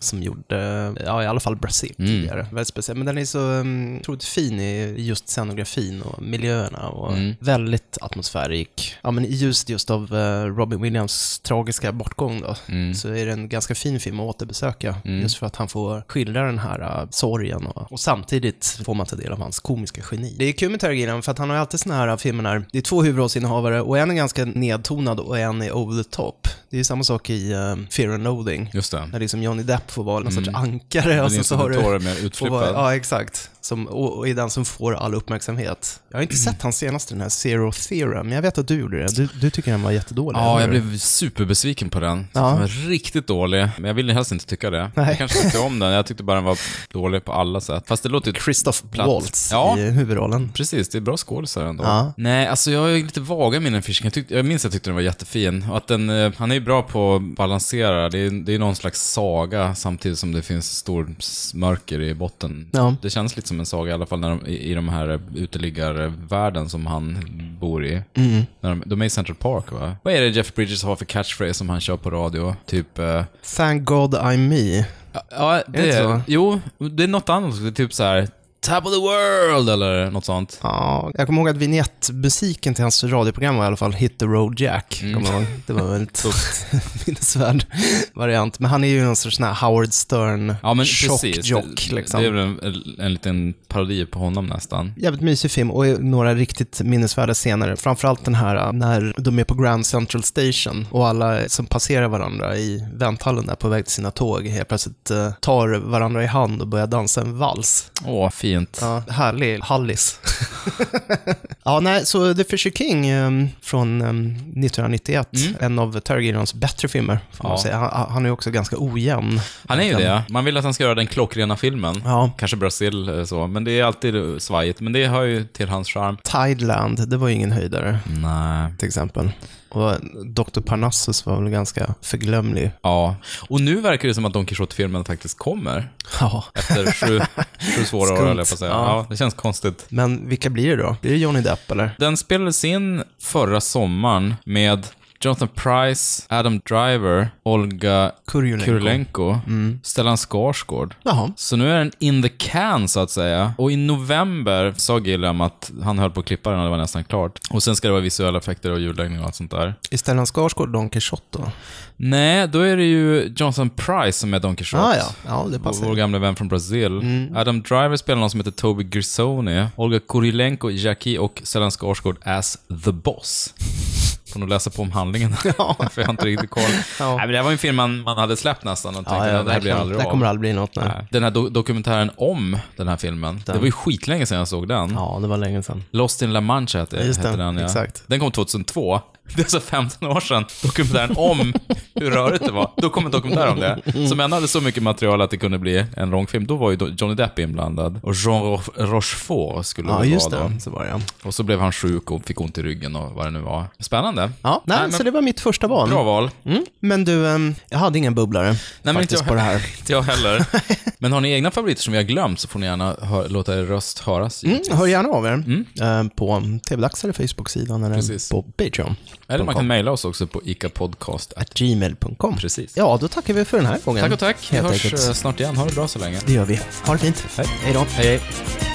Speaker 1: Som gjorde, eh, ja i alla fall Brasil
Speaker 2: Mm.
Speaker 1: tidigare. Väldigt speciell. Men den är så um, otroligt fin i i just scenografin och miljöerna och
Speaker 2: Mm.
Speaker 1: väldigt atmosfärik. Ja men i ljuset just av eh, Robin Williams tragiska bortgång då.
Speaker 2: Mm.
Speaker 1: Så är det en ganska fin film att återbesöka.
Speaker 2: Mm.
Speaker 1: Just för att han får skildra den här eh, sorgen och, och samtidigt får man ta del av hans komiska geni. Det är kul med Terry Gilliam för att han har alltid såna här eh, filmer där det är två huvudrollsinnehavare och en är ganska nedtonad och en är over the top. Det är ju samma sak i eh, Fear and Loading.
Speaker 2: Just det.
Speaker 1: När liksom Johnny Depp får vara någon
Speaker 2: Mm.
Speaker 1: sorts ankare och
Speaker 2: Men
Speaker 1: sen så har du...
Speaker 2: Tore mer
Speaker 1: får
Speaker 2: utflippad.
Speaker 1: vara- Ja, exakt. Som, och, och är den som får all uppmärksamhet. Jag har inte sett hans senaste, den här Zero Theorem, men jag vet att du gjorde det. Du, du tycker den var jättedålig.
Speaker 2: Ja,
Speaker 1: eller
Speaker 2: jag
Speaker 1: hur?
Speaker 2: blev superbesviken på den.
Speaker 1: Ja.
Speaker 2: Den var riktigt dålig. Men jag ville helst inte tycka det.
Speaker 1: Nej.
Speaker 2: Jag kanske tyckte om den. Jag tyckte bara den var dålig på alla sätt. Fast det låter ju
Speaker 1: Christoph
Speaker 2: platt.
Speaker 1: Waltz
Speaker 2: Ja,
Speaker 1: i huvudrollen.
Speaker 2: precis. Det är bra skådisar ändå.
Speaker 1: Ja.
Speaker 2: Nej, alltså jag har ju lite vaga minnen av Fischer. Jag, tyckte, jag minns att jag tyckte den var jättefin. Och att den, eh, han är ju bra på att balansera. Det är, det är någon slags saga samtidigt som det finns stor s- mörker i botten.
Speaker 1: Ja.
Speaker 2: Det känns lite som en saga i alla fall när de, i, i de här eh, uteliggarvärlden som han bor i.
Speaker 1: Mm.
Speaker 2: När de, de är i Central Park va? Vad är det Jeff Bridges har för catchphrase som han kör på radio? Typ... eh,
Speaker 1: Thank God I'm me.
Speaker 2: Ja,
Speaker 1: Är det
Speaker 2: det
Speaker 1: inte så?
Speaker 2: är... Jo, det är något annat. Det är typ så här... Top of the world eller något sånt.
Speaker 1: Ja, jag kommer ihåg att vignettmusiken till hans radioprogram var i alla fall Hit the Road Jack.
Speaker 2: Mm.
Speaker 1: Kommer jag ihåg. Det var en väldigt minnesvärd variant. Men han är ju någon sorts sån här Howard Stern
Speaker 2: Ja, men precis.
Speaker 1: chockjock.
Speaker 2: Det-
Speaker 1: Liksom.
Speaker 2: Det är väl en, en liten parodi på honom nästan.
Speaker 1: Jävligt mysig film och några riktigt minnesvärda scener. Framförallt den här äh, när de är på Grand Central Station och alla som passerar varandra i vänthallen där på väg till sina tåg helt plötsligt eh, tar varandra i hand och börjar dansa en vals.
Speaker 2: Åh, fint.
Speaker 1: Ja, härlig hallis. ja, nej, så The Fisher King eh, från eh, 1991, en av Targaryens bättre filmer, får man
Speaker 2: Ja.
Speaker 1: säga. Han, han är också ganska ojämn.
Speaker 2: Han är ju
Speaker 1: Den-
Speaker 2: det. Man vill att han ska göra den klockrena filmen.
Speaker 1: Ja.
Speaker 2: Kanske Brasil eh, så, men det är alltid eh, svajigt. Men det hör ju till hans charm.
Speaker 1: Tideland, det var ju ingen höjdare.
Speaker 2: Nej.
Speaker 1: Till exempel. Och Dr. Parnassus var väl ganska förglömlig.
Speaker 2: Ja. Och nu verkar det som att Don Quijote-filmen faktiskt kommer.
Speaker 1: Ja.
Speaker 2: Efter sju, sju svåra år,
Speaker 1: Skumt.
Speaker 2: höll jag på att säga.
Speaker 1: Ja.
Speaker 2: Ja, det känns konstigt.
Speaker 1: Men vilka blir det då? Blir det Johnny Depp eller?
Speaker 2: Den spelades in förra sommaren med Jonathan Price, Adam Driver, Olga
Speaker 1: Kurylenko. Mm.
Speaker 2: Kurylenko, Stellan Skarsgård.
Speaker 1: Jaha.
Speaker 2: Så nu är den in the can, så att säga. Och i november sa Gilliam att han höll på att klippa den och det var nästan klart. Och sen ska det vara visuella effekter och ljudläggning och allt sånt där.
Speaker 1: Är Stellan Skarsgård Don Quijote då?
Speaker 2: Nej, då är det ju Jonathan Price som är Don Quijote.
Speaker 1: Ah, ja. Ja, det passar Mm.
Speaker 2: Vår
Speaker 1: ju.
Speaker 2: gamla vän från Brasil. Adam Driver spelar någon som heter Toby Grisoni. Olga Kurilenko, Jackie och Stellan Skarsgård as The Boss. Får nog läsa på om handlingen, för jag har inte riktigt koll. Nej, men det här var ju en film man, man hade släppt nästan och tänkte att det här blir
Speaker 1: verkligen.
Speaker 2: aldrig
Speaker 1: det
Speaker 2: av."
Speaker 1: här kommer aldrig bli något. Nej.
Speaker 2: Nej. Den här do- dokumentären om den här filmen, det var ju skitlänge sedan jag såg den.
Speaker 1: Ja, det var länge sedan.
Speaker 2: Lost in La Mancha hette,
Speaker 1: Ja, just det.
Speaker 2: hette den, ja.
Speaker 1: Exakt.
Speaker 2: Den kom 2002. Det är alltså 15 år sedan, dokumentären om hur rörigt det var. Då kom en dokumentär om det. Som ändå hade så mycket material att det kunde bli en långfilm. Då var ju Johnny Depp inblandad. Och Jean Ro- Rochefort skulle
Speaker 1: Ja,
Speaker 2: det
Speaker 1: just
Speaker 2: vara
Speaker 1: det.
Speaker 2: då.
Speaker 1: Så var det, ja.
Speaker 2: Och så blev han sjuk och fick ont i ryggen och vad det nu var. Spännande.
Speaker 1: Ja, nej,
Speaker 2: Nej, men-
Speaker 1: så det var mitt första val.
Speaker 2: Bra val.
Speaker 1: Mm. Men du, ehm, jag hade ingen bubblare
Speaker 2: Nej, men inte
Speaker 1: faktiskt
Speaker 2: jag,
Speaker 1: på det här.
Speaker 2: inte jag heller. Men har ni egna favoriter som vi har glömt så får ni gärna hö- låta er röst höras.
Speaker 1: Mm, hör gärna av er eh, på TV-dags eller Facebook-sidan eller på Patreon.
Speaker 2: Eller man kan mejla oss också på icapodcast.
Speaker 1: gmail.com.
Speaker 2: Precis.
Speaker 1: Ja, då tackar vi för den här gången.
Speaker 2: Tack och tack. Vi
Speaker 1: Helt
Speaker 2: hörs
Speaker 1: enkelt.
Speaker 2: eh, snart igen. Ha det bra så länge.
Speaker 1: Det gör vi. Ha det fint. Hej då.
Speaker 2: Hej, hej.